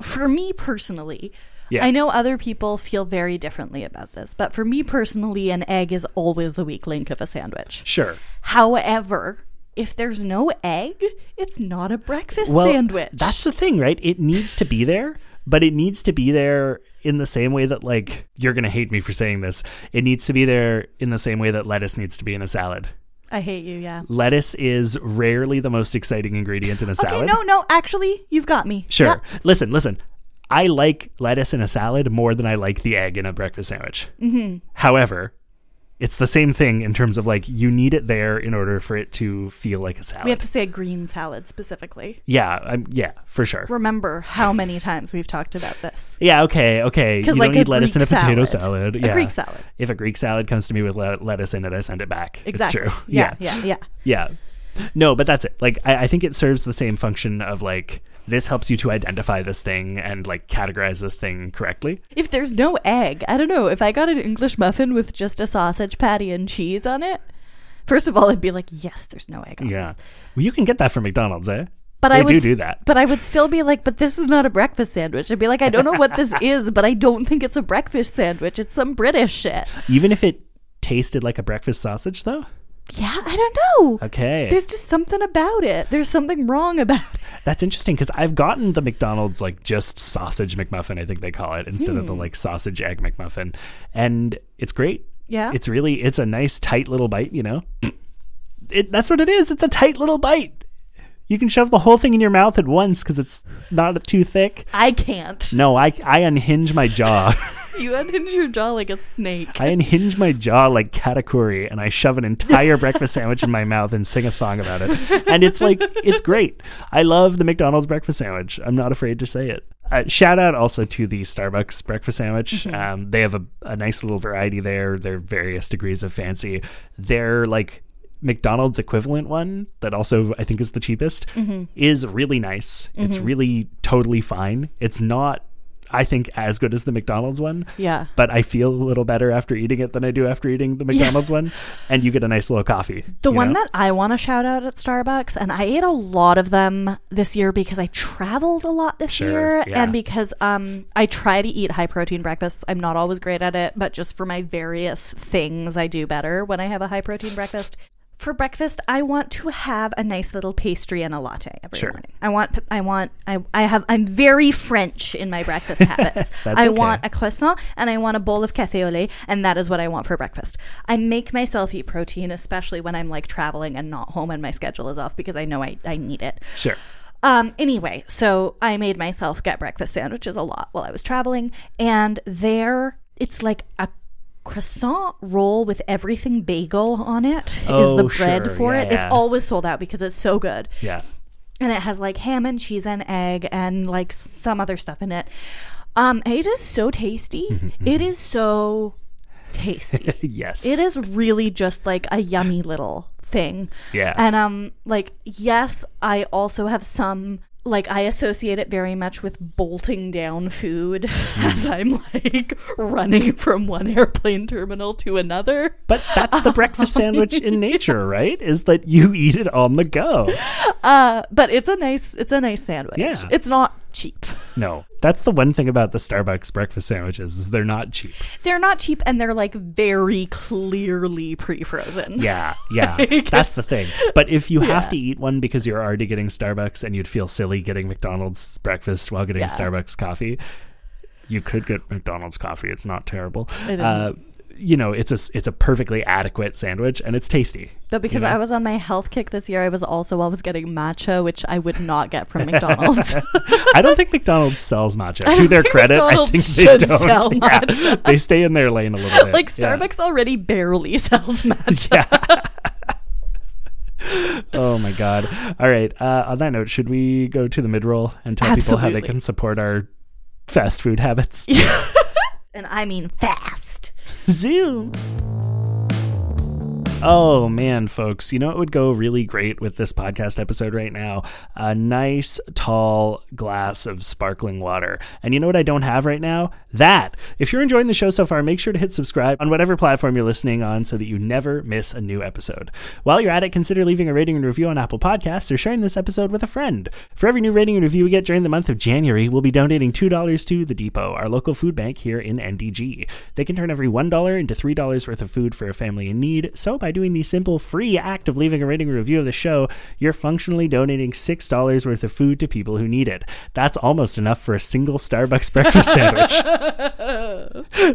[SPEAKER 1] for me personally,
[SPEAKER 2] Yeah.
[SPEAKER 1] I know other people feel very differently about this, but for me personally an egg is always the weak link of a sandwich.
[SPEAKER 2] Sure.
[SPEAKER 1] However, if there's no egg, it's not a breakfast sandwich.
[SPEAKER 2] That's the thing, right? It needs to be there, but it needs to be there in the same way that, like, you're going to hate me for saying this. It needs to be there in the same way that lettuce needs to be in a salad.
[SPEAKER 1] I hate you, yeah.
[SPEAKER 2] Lettuce is rarely the most exciting ingredient in a
[SPEAKER 1] Okay,
[SPEAKER 2] salad.
[SPEAKER 1] no, no, actually, you've got me.
[SPEAKER 2] Sure.
[SPEAKER 1] Yep.
[SPEAKER 2] Listen, listen. I like lettuce in a salad more than I like the egg in a breakfast sandwich. Mm-hmm. However, it's the same thing in terms of like you need it there in order for it to feel like a salad.
[SPEAKER 1] We have to say green salad specifically.
[SPEAKER 2] yeah, I'm, yeah, for sure.
[SPEAKER 1] Remember how many times we've talked about this.
[SPEAKER 2] yeah, okay, okay. You
[SPEAKER 1] 'Cause,
[SPEAKER 2] don't
[SPEAKER 1] like, a
[SPEAKER 2] need lettuce in a
[SPEAKER 1] Greek
[SPEAKER 2] potato
[SPEAKER 1] salad.
[SPEAKER 2] salad.
[SPEAKER 1] A
[SPEAKER 2] Yeah.
[SPEAKER 1] Greek salad.
[SPEAKER 2] If a Greek salad comes to me with le- lettuce in it, I send it back.
[SPEAKER 1] Exactly.
[SPEAKER 2] It's true.
[SPEAKER 1] Yeah, yeah, yeah.
[SPEAKER 2] Yeah. No, but that's it. Like, I, I think it serves the same function of like, this helps you to identify this thing and like categorize this thing correctly.
[SPEAKER 1] If there's no egg, I don't know. If I got an English muffin with just a sausage patty and cheese on it, first of all, I'd be like, yes, there's no egg on
[SPEAKER 2] Yeah.
[SPEAKER 1] this.
[SPEAKER 2] Well, you can get that from McDonald's, eh?
[SPEAKER 1] But
[SPEAKER 2] they
[SPEAKER 1] I would
[SPEAKER 2] do
[SPEAKER 1] s-
[SPEAKER 2] do that.
[SPEAKER 1] But I would still be like, but this is not a breakfast sandwich. I'd be like, I don't know what this is, but I don't think it's a breakfast sandwich. It's some British shit.
[SPEAKER 2] Even if it tasted like a breakfast sausage, though.
[SPEAKER 1] Yeah, I don't know.
[SPEAKER 2] Okay.
[SPEAKER 1] There's just something about it. There's something wrong about it.
[SPEAKER 2] That's interesting because I've gotten the McDonald's like just sausage McMuffin, I think they call it, instead of the like sausage egg McMuffin, and it's great.
[SPEAKER 1] Yeah.
[SPEAKER 2] It's really it's a nice tight little bite, you know. It, that's what it is. It's a tight little bite. You can shove the whole thing in your mouth at once because it's not too thick.
[SPEAKER 1] I can't.
[SPEAKER 2] No, I I unhinge my jaw.
[SPEAKER 1] You unhinge your jaw like a snake.
[SPEAKER 2] I unhinge my jaw like katakuri and I shove an entire breakfast sandwich in my mouth and sing a song about it. And it's like, it's great. I love the McDonald's breakfast sandwich. I'm not afraid to say it. Uh, shout out also to the Starbucks breakfast sandwich. Um, they have a, a nice little variety there. There are various degrees of fancy. They're like, McDonald's equivalent one that also I think is the cheapest is really nice. It's really totally fine. It's not, I think, as good as the McDonald's one
[SPEAKER 1] Yeah.
[SPEAKER 2] but I feel a little better after eating it than I do after eating the McDonald's one. And you get a nice little coffee.
[SPEAKER 1] The
[SPEAKER 2] you
[SPEAKER 1] one
[SPEAKER 2] know?
[SPEAKER 1] that I want to shout out at Starbucks, and I ate a lot of them this year because I traveled a lot this
[SPEAKER 2] Sure,
[SPEAKER 1] year,
[SPEAKER 2] yeah.
[SPEAKER 1] and because um, I try to eat high protein breakfasts. I'm not always great at it, but just for my various things, I do better when I have a high protein breakfast. For breakfast, I want to have a nice little pastry and a latte every
[SPEAKER 2] Sure.
[SPEAKER 1] morning. I want, I want, I, I have, I'm very French in my breakfast habits.
[SPEAKER 2] That's
[SPEAKER 1] I
[SPEAKER 2] okay.
[SPEAKER 1] want a croissant and I want a bowl of cafe au lait, and that is what I want for breakfast. I make myself eat protein, especially when I'm like traveling and not home and my schedule is off because I know I, I need it.
[SPEAKER 2] Sure.
[SPEAKER 1] Um, anyway, so I made myself get breakfast sandwiches a lot while I was traveling, and there it's like a croissant roll with everything bagel on it is the
[SPEAKER 2] Oh,
[SPEAKER 1] bread
[SPEAKER 2] sure.
[SPEAKER 1] for
[SPEAKER 2] Yeah,
[SPEAKER 1] it. It's
[SPEAKER 2] yeah.
[SPEAKER 1] always sold out because it's so good
[SPEAKER 2] Yeah.
[SPEAKER 1] and it has like ham and cheese and egg and like some other stuff in it. Um, it is so tasty. it is so tasty.
[SPEAKER 2] Mm-hmm. yes.
[SPEAKER 1] it is really just like a yummy little thing.
[SPEAKER 2] Yeah.
[SPEAKER 1] And um, like yes, I also have some. Like I associate it very much with bolting down food as
[SPEAKER 2] Hmm.
[SPEAKER 1] I'm like running from one airplane terminal to another.
[SPEAKER 2] But that's the breakfast sandwich in nature, right? Is that you eat it on the go.
[SPEAKER 1] Uh, but it's a nice it's a nice sandwich.
[SPEAKER 2] Yeah.
[SPEAKER 1] It's not cheap.
[SPEAKER 2] No. That's the one thing about the Starbucks breakfast sandwiches is they're not cheap.
[SPEAKER 1] they're not cheap and they're like very clearly pre-frozen.
[SPEAKER 2] Yeah, yeah. That's the thing. But if you have to eat one because you're already getting Starbucks and you'd feel silly getting McDonald's breakfast while getting
[SPEAKER 1] Yeah.
[SPEAKER 2] a Starbucks coffee, you could get McDonald's coffee. It's not terrible.
[SPEAKER 1] It
[SPEAKER 2] Uh, you know, it's a s- it's a perfectly adequate sandwich and it's tasty.
[SPEAKER 1] But because
[SPEAKER 2] You know?
[SPEAKER 1] I was on my health kick this year, I was also always getting matcha, which I would not get from McDonald's.
[SPEAKER 2] I don't think McDonald's sells matcha. To
[SPEAKER 1] don't
[SPEAKER 2] their
[SPEAKER 1] think
[SPEAKER 2] credit,
[SPEAKER 1] McDonald's
[SPEAKER 2] I think
[SPEAKER 1] should
[SPEAKER 2] they don't.
[SPEAKER 1] sell
[SPEAKER 2] Yeah.
[SPEAKER 1] matcha.
[SPEAKER 2] They stay in their lane a little bit.
[SPEAKER 1] like
[SPEAKER 2] Yeah.
[SPEAKER 1] Starbucks already barely sells matcha.
[SPEAKER 2] Oh my god! All right. Uh, on that note, should we go to the mid roll and tell people how they
[SPEAKER 1] Absolutely.
[SPEAKER 2] can support our fast food habits?
[SPEAKER 1] And I mean fast.
[SPEAKER 2] Zoom. Oh man, folks, you know it would go really great with this podcast episode right now? A nice tall glass of sparkling water. And you know what I don't have right now? That. If you're enjoying the show so far, make sure to hit subscribe on whatever platform you're listening on so that you never miss a new episode. While you're at it, consider leaving a rating and review on Apple Podcasts or sharing this episode with a friend. For every new rating and review we get during the month of January, we'll be donating $2 to The Depot, our local food bank here in NDG. They can turn every $1 into $3 worth of food for a family in need, so by by doing the simple free act of leaving a rating and review of the show, you're functionally donating $6 worth of food to people who need it. That's almost enough for a single Starbucks breakfast sandwich.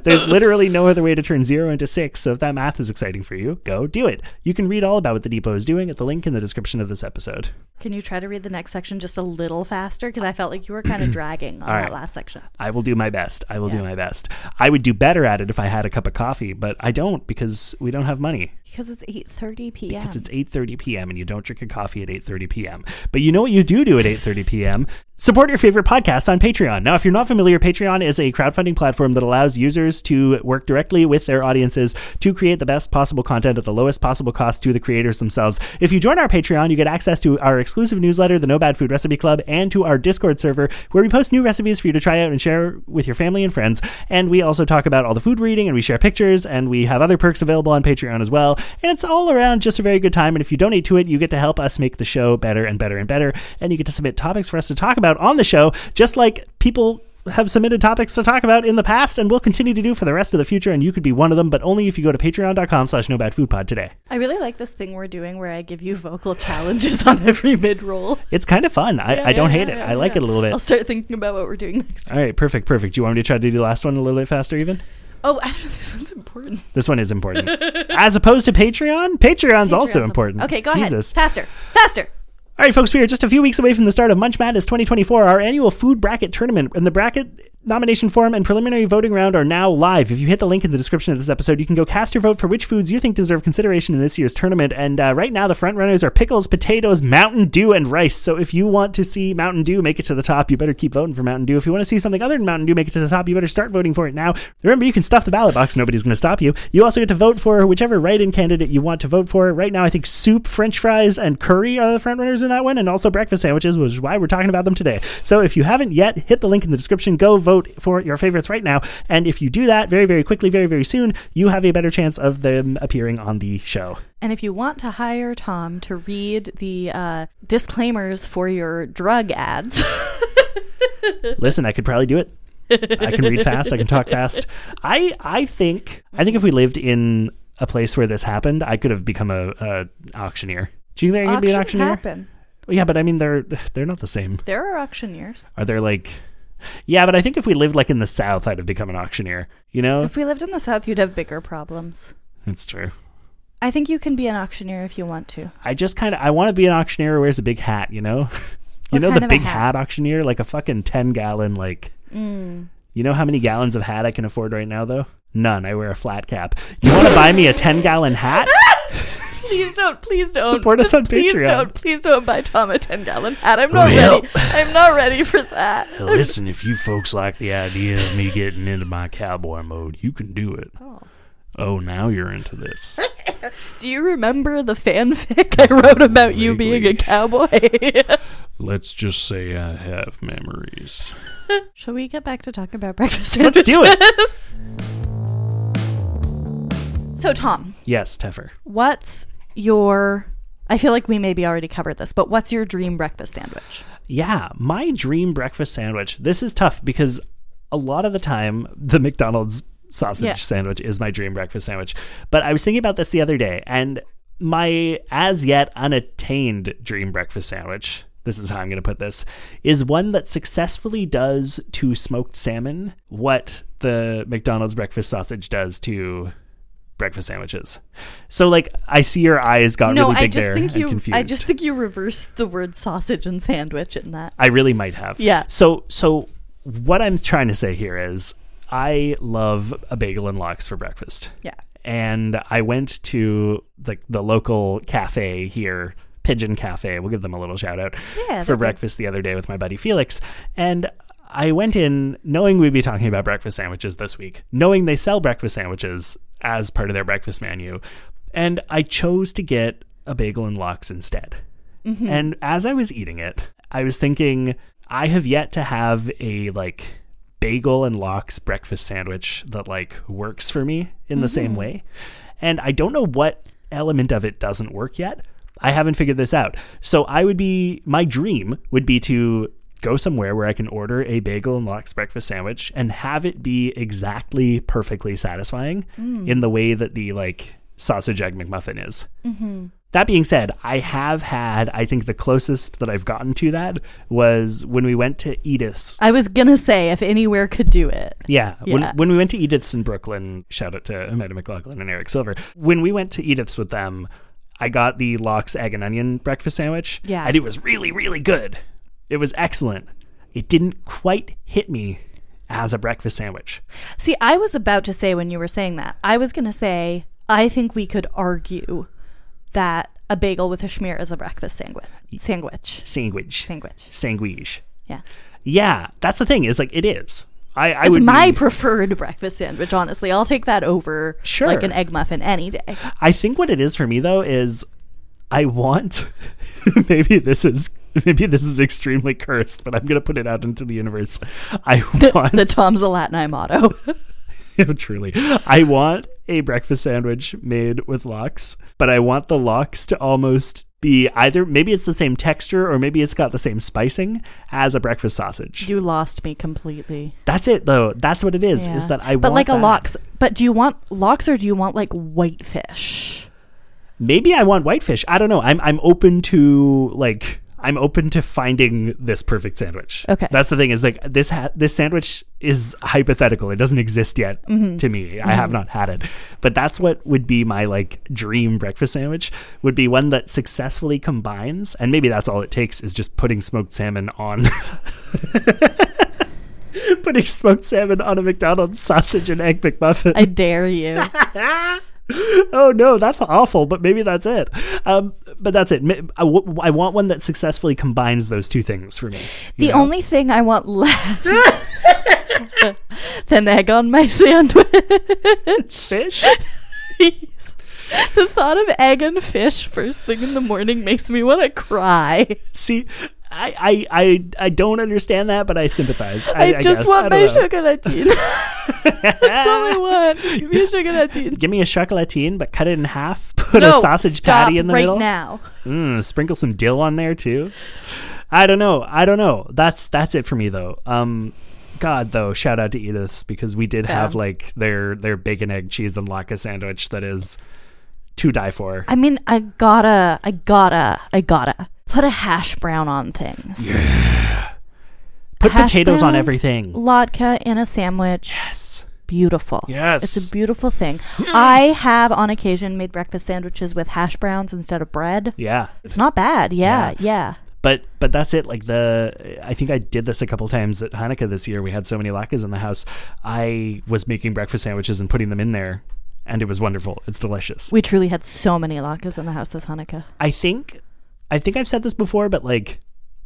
[SPEAKER 2] There's literally no other way to turn zero into six, so if that math is exciting for you, go do it. You can read all about what the Depot is doing at the link in the description of this episode.
[SPEAKER 1] Can you try to read the next section just a little faster? Because I felt like you were kind of dragging on that
[SPEAKER 2] right.
[SPEAKER 1] last section.
[SPEAKER 2] I will do my best. I will do my best. I would do better at it if I had a cup of coffee, but I don't because we don't have money.
[SPEAKER 1] Because it's 8.30 p.m.
[SPEAKER 2] Because it's 8:30 p.m. and you don't drink a coffee at 8:30 p.m. But you know what you do do at 8:30 p.m. Support your favorite podcast on Patreon. Now, if you're not familiar, Patreon is a crowdfunding platform that allows users to work directly with their audiences to create the best possible content at the lowest possible cost to the creators themselves. If you join our Patreon, you get access to our exclusive newsletter, the No Bad Food Recipe Club, and to our Discord server where we post new recipes for you to try out and share with your family and friends. And we also talk about all the food reading and we share pictures and we have other perks available on Patreon as well. And it's all around just a very good time. And if you donate to it, you get to help us make the show better and better and better. And you get to submit topics for us to talk about on the show, just like people have submitted topics to talk about in the past and will continue to do for the rest of the future and you could be one of them but only if you go to patreon.com slash no bad food pod today
[SPEAKER 1] I really like this thing we're doing where I give you vocal challenges on every mid-roll.
[SPEAKER 2] it's kind of fun i, I don't hate it i like it a little bit
[SPEAKER 1] I'll start thinking about what we're doing next.
[SPEAKER 2] all right perfect perfect do you want me to try to do the last one a little bit faster even
[SPEAKER 1] Oh, I don't know. This one's important.
[SPEAKER 2] This one is important. As opposed to Patreon, Patreon's also
[SPEAKER 1] Patreon's-
[SPEAKER 2] important.
[SPEAKER 1] Okay, go
[SPEAKER 2] Jesus.
[SPEAKER 1] ahead. Faster. Faster.
[SPEAKER 2] All right, folks, we are just a few weeks away from the start of Munch Madness 2024, our annual food bracket tournament. And the bracket nomination form and preliminary voting round are now live. If you hit the link in the description of this episode, you can go cast your vote for which foods you think deserve consideration in this year's tournament. And uh, right now, the front runners are pickles, potatoes, Mountain Dew, and rice. So if you want to see Mountain Dew make it to the top, you better keep voting for Mountain Dew. If you want to see something other than Mountain Dew make it to the top, you better start voting for it now. Remember, you can stuff the ballot box. Nobody's going to stop you. You also get to vote for whichever write-in candidate you want to vote for. Right now, I think soup, French fries, and curry are the front runners in that one, and also breakfast sandwiches, which is why we're talking about them today. So if you haven't yet, hit the link in the description. Go vote for your favorites right now. And if you do that very, very quickly, very, very soon, you have a better chance of them appearing on the show.
[SPEAKER 1] And if you want to hire Tom to read the uh, disclaimers for your drug ads,
[SPEAKER 2] Listen, I could probably do it. I can read fast. I can talk fast. I I think I think if we lived in a place where this happened, I could have become a, a auctioneer. Do you think I could be an
[SPEAKER 1] auctions
[SPEAKER 2] auctioneer?
[SPEAKER 1] happen.
[SPEAKER 2] Yeah, but I mean they're they're not the same.
[SPEAKER 1] There are auctioneers.
[SPEAKER 2] Are they like? Yeah, but I think if we lived like in the South, I'd have become an auctioneer. You know,
[SPEAKER 1] If we lived in the South, you'd have bigger problems.
[SPEAKER 2] that's true.
[SPEAKER 1] I think you can be an auctioneer if you want to.
[SPEAKER 2] I just kind of I want to be an auctioneer who wears a big hat. You know, you
[SPEAKER 1] What
[SPEAKER 2] know
[SPEAKER 1] kind
[SPEAKER 2] the
[SPEAKER 1] of a
[SPEAKER 2] big
[SPEAKER 1] hat? Mm.
[SPEAKER 2] hat? auctioneer, like a fucking ten gallon like. You know how many gallons of hat I can afford right now though? None. I wear a flat cap. You want to buy me a ten gallon hat?
[SPEAKER 1] Please don't. Please don't.
[SPEAKER 2] Support us
[SPEAKER 1] Just
[SPEAKER 2] on
[SPEAKER 1] Please
[SPEAKER 2] Patreon.
[SPEAKER 1] don't. Please don't buy Tom a ten gallon hat. I'm not
[SPEAKER 2] Well.
[SPEAKER 1] ready. I'm not ready for that.
[SPEAKER 2] Listen, if you folks like the idea of me getting into my cowboy mode, you can do it.
[SPEAKER 1] Oh.
[SPEAKER 2] Oh, now you're into this.
[SPEAKER 1] Do you remember the fanfic I wrote about you being a
[SPEAKER 2] Vaguely.
[SPEAKER 1] cowboy?
[SPEAKER 2] Let's just say I have memories.
[SPEAKER 1] Shall we get back to talking about breakfast?
[SPEAKER 2] Let's do it.
[SPEAKER 1] So, Tom,
[SPEAKER 2] Yes, Teffer.
[SPEAKER 1] what's your. I feel like we maybe already covered this, but what's your dream breakfast sandwich?
[SPEAKER 2] Yeah, my dream breakfast sandwich. This is tough because a lot of the time the McDonald's sausage
[SPEAKER 1] Yeah.
[SPEAKER 2] sandwich is my dream breakfast sandwich. But I was thinking about this the other day and my as yet unattained dream breakfast sandwich, this is how I'm going to put this, is one that successfully does to smoked salmon what the McDonald's breakfast sausage does to breakfast sandwiches. So like I see your eyes got
[SPEAKER 1] no,
[SPEAKER 2] really big
[SPEAKER 1] I just
[SPEAKER 2] there
[SPEAKER 1] think
[SPEAKER 2] and
[SPEAKER 1] you.
[SPEAKER 2] confused.
[SPEAKER 1] I just think you reversed the word sausage and sandwich in that.
[SPEAKER 2] I really might have.
[SPEAKER 1] Yeah.
[SPEAKER 2] So so what I'm trying to say here is I love a bagel and lox for breakfast.
[SPEAKER 1] Yeah.
[SPEAKER 2] And I went to like the, local cafe here, Pigeon Cafe. We'll give them a little shout out
[SPEAKER 1] Yeah,
[SPEAKER 2] for
[SPEAKER 1] they're good.
[SPEAKER 2] breakfast breakfast the other day with my buddy Felix, and I went in knowing we'd be talking about breakfast sandwiches this week, knowing they sell breakfast sandwiches as part of their breakfast menu, and I chose to get a bagel and lox instead.
[SPEAKER 1] Mm-hmm.
[SPEAKER 2] And as I was eating it, I was thinking, I have yet to have a like bagel and lox breakfast sandwich that like works for me in the same way. And I don't know what element of it doesn't work yet. I haven't figured this out. So I would be my dream would be to go somewhere where I can order a bagel and lox breakfast sandwich and have it be exactly perfectly satisfying in the way that the like sausage egg McMuffin is. That being said, I have had, I think the closest that I've gotten to that was when we went to Edith's.
[SPEAKER 1] I was going to say if anywhere could do it.
[SPEAKER 2] Yeah,
[SPEAKER 1] Yeah.
[SPEAKER 2] When, when we went to Edith's in Brooklyn, shout out to Amanda McLaughlin and Eric Silver. When we went to Edith's with them, I got the lox egg and onion breakfast sandwich.
[SPEAKER 1] Yeah.
[SPEAKER 2] And it was really, really good. It was excellent. It didn't quite hit me as a breakfast sandwich.
[SPEAKER 1] See, I was about to say when you were saying that, I was going to say I think we could argue that a bagel with a schmear is a breakfast sandwich. Sandwich.
[SPEAKER 2] Sandwich.
[SPEAKER 1] Sandwich.
[SPEAKER 2] Sandwich.
[SPEAKER 1] Yeah.
[SPEAKER 2] Yeah, that's the thing. Is like it is. I, I
[SPEAKER 1] It's
[SPEAKER 2] would
[SPEAKER 1] my
[SPEAKER 2] be-
[SPEAKER 1] preferred breakfast sandwich, honestly. I'll take that over
[SPEAKER 2] Sure.
[SPEAKER 1] like an egg muffin any day.
[SPEAKER 2] I think what it is for me though is I want maybe this is maybe this is extremely cursed, but I'm gonna put it out into the universe. I want
[SPEAKER 1] The Tom's a Latin Eye motto.
[SPEAKER 2] truly I want a breakfast sandwich made with lox, but I want the lox to almost be either maybe it's the same texture or maybe it's got the same spicing as a breakfast sausage.
[SPEAKER 1] you lost me completely.
[SPEAKER 2] That's it though. That's what it is. Is
[SPEAKER 1] Yeah.
[SPEAKER 2] that I
[SPEAKER 1] But
[SPEAKER 2] want
[SPEAKER 1] like a
[SPEAKER 2] that.
[SPEAKER 1] lox. But do you want lox or do you want like whitefish?
[SPEAKER 2] maybe I want whitefish. I don't know. I'm I'm open to like I'm open to finding this perfect sandwich.
[SPEAKER 1] Okay.
[SPEAKER 2] that's the thing is like this ha- this sandwich is hypothetical. It doesn't exist yet
[SPEAKER 1] Mm-hmm.
[SPEAKER 2] to me. I have not had it, but that's what would be my like dream breakfast sandwich. Would be one that successfully combines, and maybe that's all it takes is just putting smoked salmon on. Putting smoked salmon on a McDonald's sausage and egg McMuffin.
[SPEAKER 1] I dare you.
[SPEAKER 2] Oh no, that's awful. But maybe that's it. Um, but that's it. Ma- I w- I want one that successfully combines those two things for me.
[SPEAKER 1] The only thing I want less than egg on my sandwich.
[SPEAKER 2] fish.
[SPEAKER 1] the thought of egg and fish first thing in the morning makes me want to cry.
[SPEAKER 2] See, I, I I I don't understand that, but I sympathize. I,
[SPEAKER 1] I, just
[SPEAKER 2] guess.
[SPEAKER 1] want
[SPEAKER 2] I
[SPEAKER 1] my
[SPEAKER 2] don't know.
[SPEAKER 1] chocolatine. That's all I want. Just give me a chocolatine.
[SPEAKER 2] Give me a chocolatine, but cut it in half. Put a sausage
[SPEAKER 1] stop
[SPEAKER 2] patty in the
[SPEAKER 1] right
[SPEAKER 2] middle.
[SPEAKER 1] now.
[SPEAKER 2] Mm, sprinkle some dill on there too. I don't know. I don't know. That's that's it for me though. Um, God though, shout out to Edith's because we did have
[SPEAKER 1] Yeah.
[SPEAKER 2] like their their bacon egg cheese and latke sandwich that is to die for.
[SPEAKER 1] I mean, I gotta, I gotta, I gotta put a hash brown on things.
[SPEAKER 2] Put
[SPEAKER 1] hash
[SPEAKER 2] potatoes on
[SPEAKER 1] brown.
[SPEAKER 2] everything.
[SPEAKER 1] Latke in a sandwich.
[SPEAKER 2] Yes.
[SPEAKER 1] beautiful.
[SPEAKER 2] Yes.
[SPEAKER 1] It's a beautiful thing. I have on occasion made breakfast sandwiches with hash browns instead of bread.
[SPEAKER 2] Yeah.
[SPEAKER 1] It's not bad. Yeah,
[SPEAKER 2] Yeah.
[SPEAKER 1] yeah.
[SPEAKER 2] But but that's it. Like the I think I did this a couple times at Hanukkah this year. We had so many latkes in the house. I was making breakfast sandwiches and putting them in there, and it was wonderful. It's delicious.
[SPEAKER 1] We truly had so many latkes in the house this Hanukkah.
[SPEAKER 2] I think I think I've said this before, but like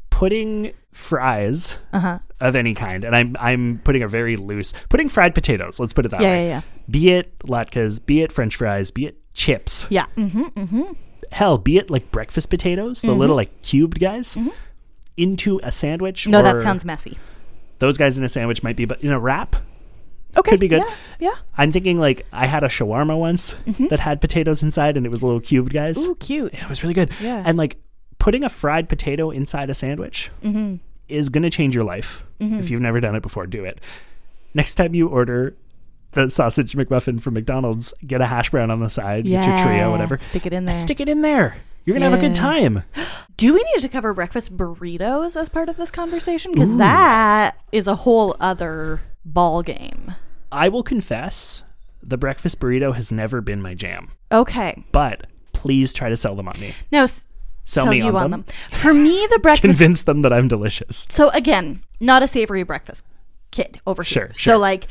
[SPEAKER 2] putting fries
[SPEAKER 1] Uh-huh.
[SPEAKER 2] of any kind, and I'm I'm putting a very loose putting fried potatoes. Let's put it that
[SPEAKER 1] Yeah,
[SPEAKER 2] way.
[SPEAKER 1] yeah, yeah.
[SPEAKER 2] Be it latkes, be it French fries, be it chips,
[SPEAKER 1] Yeah. hmm
[SPEAKER 2] hell, be it like breakfast potatoes,
[SPEAKER 1] Mm-hmm.
[SPEAKER 2] the little like cubed guys. Into a sandwich.
[SPEAKER 1] No, that
[SPEAKER 2] or
[SPEAKER 1] sounds messy.
[SPEAKER 2] Those guys in a sandwich might be, but in a wrap,
[SPEAKER 1] Okay.
[SPEAKER 2] could be good.
[SPEAKER 1] Yeah. yeah.
[SPEAKER 2] I'm thinking like I had a shawarma once that had potatoes inside, and it was little cubed guys.
[SPEAKER 1] Mm-hmm. Ooh, cute.
[SPEAKER 2] It was really good.
[SPEAKER 1] Yeah.
[SPEAKER 2] And like putting a fried potato inside a sandwich
[SPEAKER 1] Mm-hmm.
[SPEAKER 2] is going to change your life. If you've never done it before, do it. Next time you order the sausage McMuffin from McDonald's, get a hash brown on the side, get your
[SPEAKER 1] Yeah,
[SPEAKER 2] trio, whatever.
[SPEAKER 1] stick it in there.
[SPEAKER 2] Stick it in there. You're going to have a
[SPEAKER 1] Yeah.
[SPEAKER 2] good time.
[SPEAKER 1] Do we need to cover breakfast burritos as part of this conversation? Because that is a whole other ball game.
[SPEAKER 2] I will confess the breakfast burrito has never been my jam,
[SPEAKER 1] Okay.
[SPEAKER 2] but please try to sell them on me.
[SPEAKER 1] Now, s-
[SPEAKER 2] Sell
[SPEAKER 1] tell
[SPEAKER 2] me
[SPEAKER 1] you
[SPEAKER 2] on them.
[SPEAKER 1] For me, the breakfast
[SPEAKER 2] Convince them that I'm delicious.
[SPEAKER 1] So again, not a savory breakfast kid over here.
[SPEAKER 2] Sure, sure.
[SPEAKER 1] So like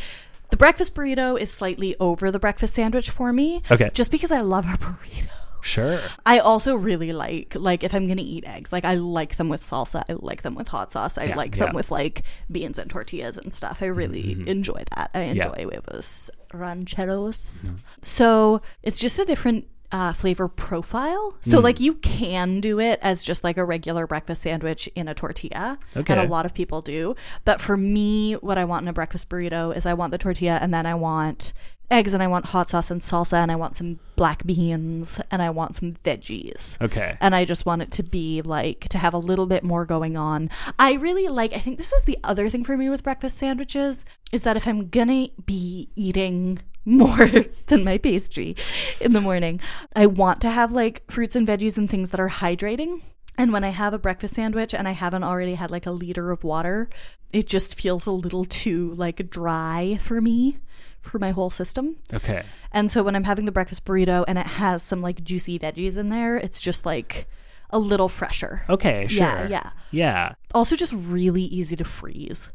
[SPEAKER 1] the breakfast burrito is slightly over the breakfast sandwich for me.
[SPEAKER 2] Okay.
[SPEAKER 1] Just because I love our burrito.
[SPEAKER 2] Sure.
[SPEAKER 1] I also really like like if I'm gonna eat eggs, like I like them with salsa, I like them with hot sauce, I
[SPEAKER 2] Yeah,
[SPEAKER 1] like
[SPEAKER 2] yeah. Mm-hmm.
[SPEAKER 1] them with like beans and tortillas and stuff. I really enjoy that. I enjoy huevos
[SPEAKER 2] Mm-hmm.
[SPEAKER 1] rancheros. So it's just a different uh, flavor profile.
[SPEAKER 2] Mm.
[SPEAKER 1] So like you can do it as just like a regular breakfast sandwich in a tortilla. And
[SPEAKER 2] Okay.
[SPEAKER 1] a lot of people do. But for me, what I want in a breakfast burrito is I want the tortilla and then I want eggs and I want hot sauce and salsa and I want some black beans and I want some veggies.
[SPEAKER 2] Okay.
[SPEAKER 1] And I just want it to be like to have a little bit more going on. I really like I think this is the other thing for me with breakfast sandwiches is that if I'm going to be eating more than my pastry in the morning. I want to have like fruits and veggies and things that are hydrating. And when I have a breakfast sandwich and I haven't already had like a liter of water, it just feels a little too like dry for me, for my whole system.
[SPEAKER 2] Okay.
[SPEAKER 1] And so when I'm having the breakfast burrito and it has some like juicy veggies in there, it's just like a little fresher.
[SPEAKER 2] Okay, sure.
[SPEAKER 1] Yeah, yeah.
[SPEAKER 2] Yeah.
[SPEAKER 1] Also, just really easy to freeze.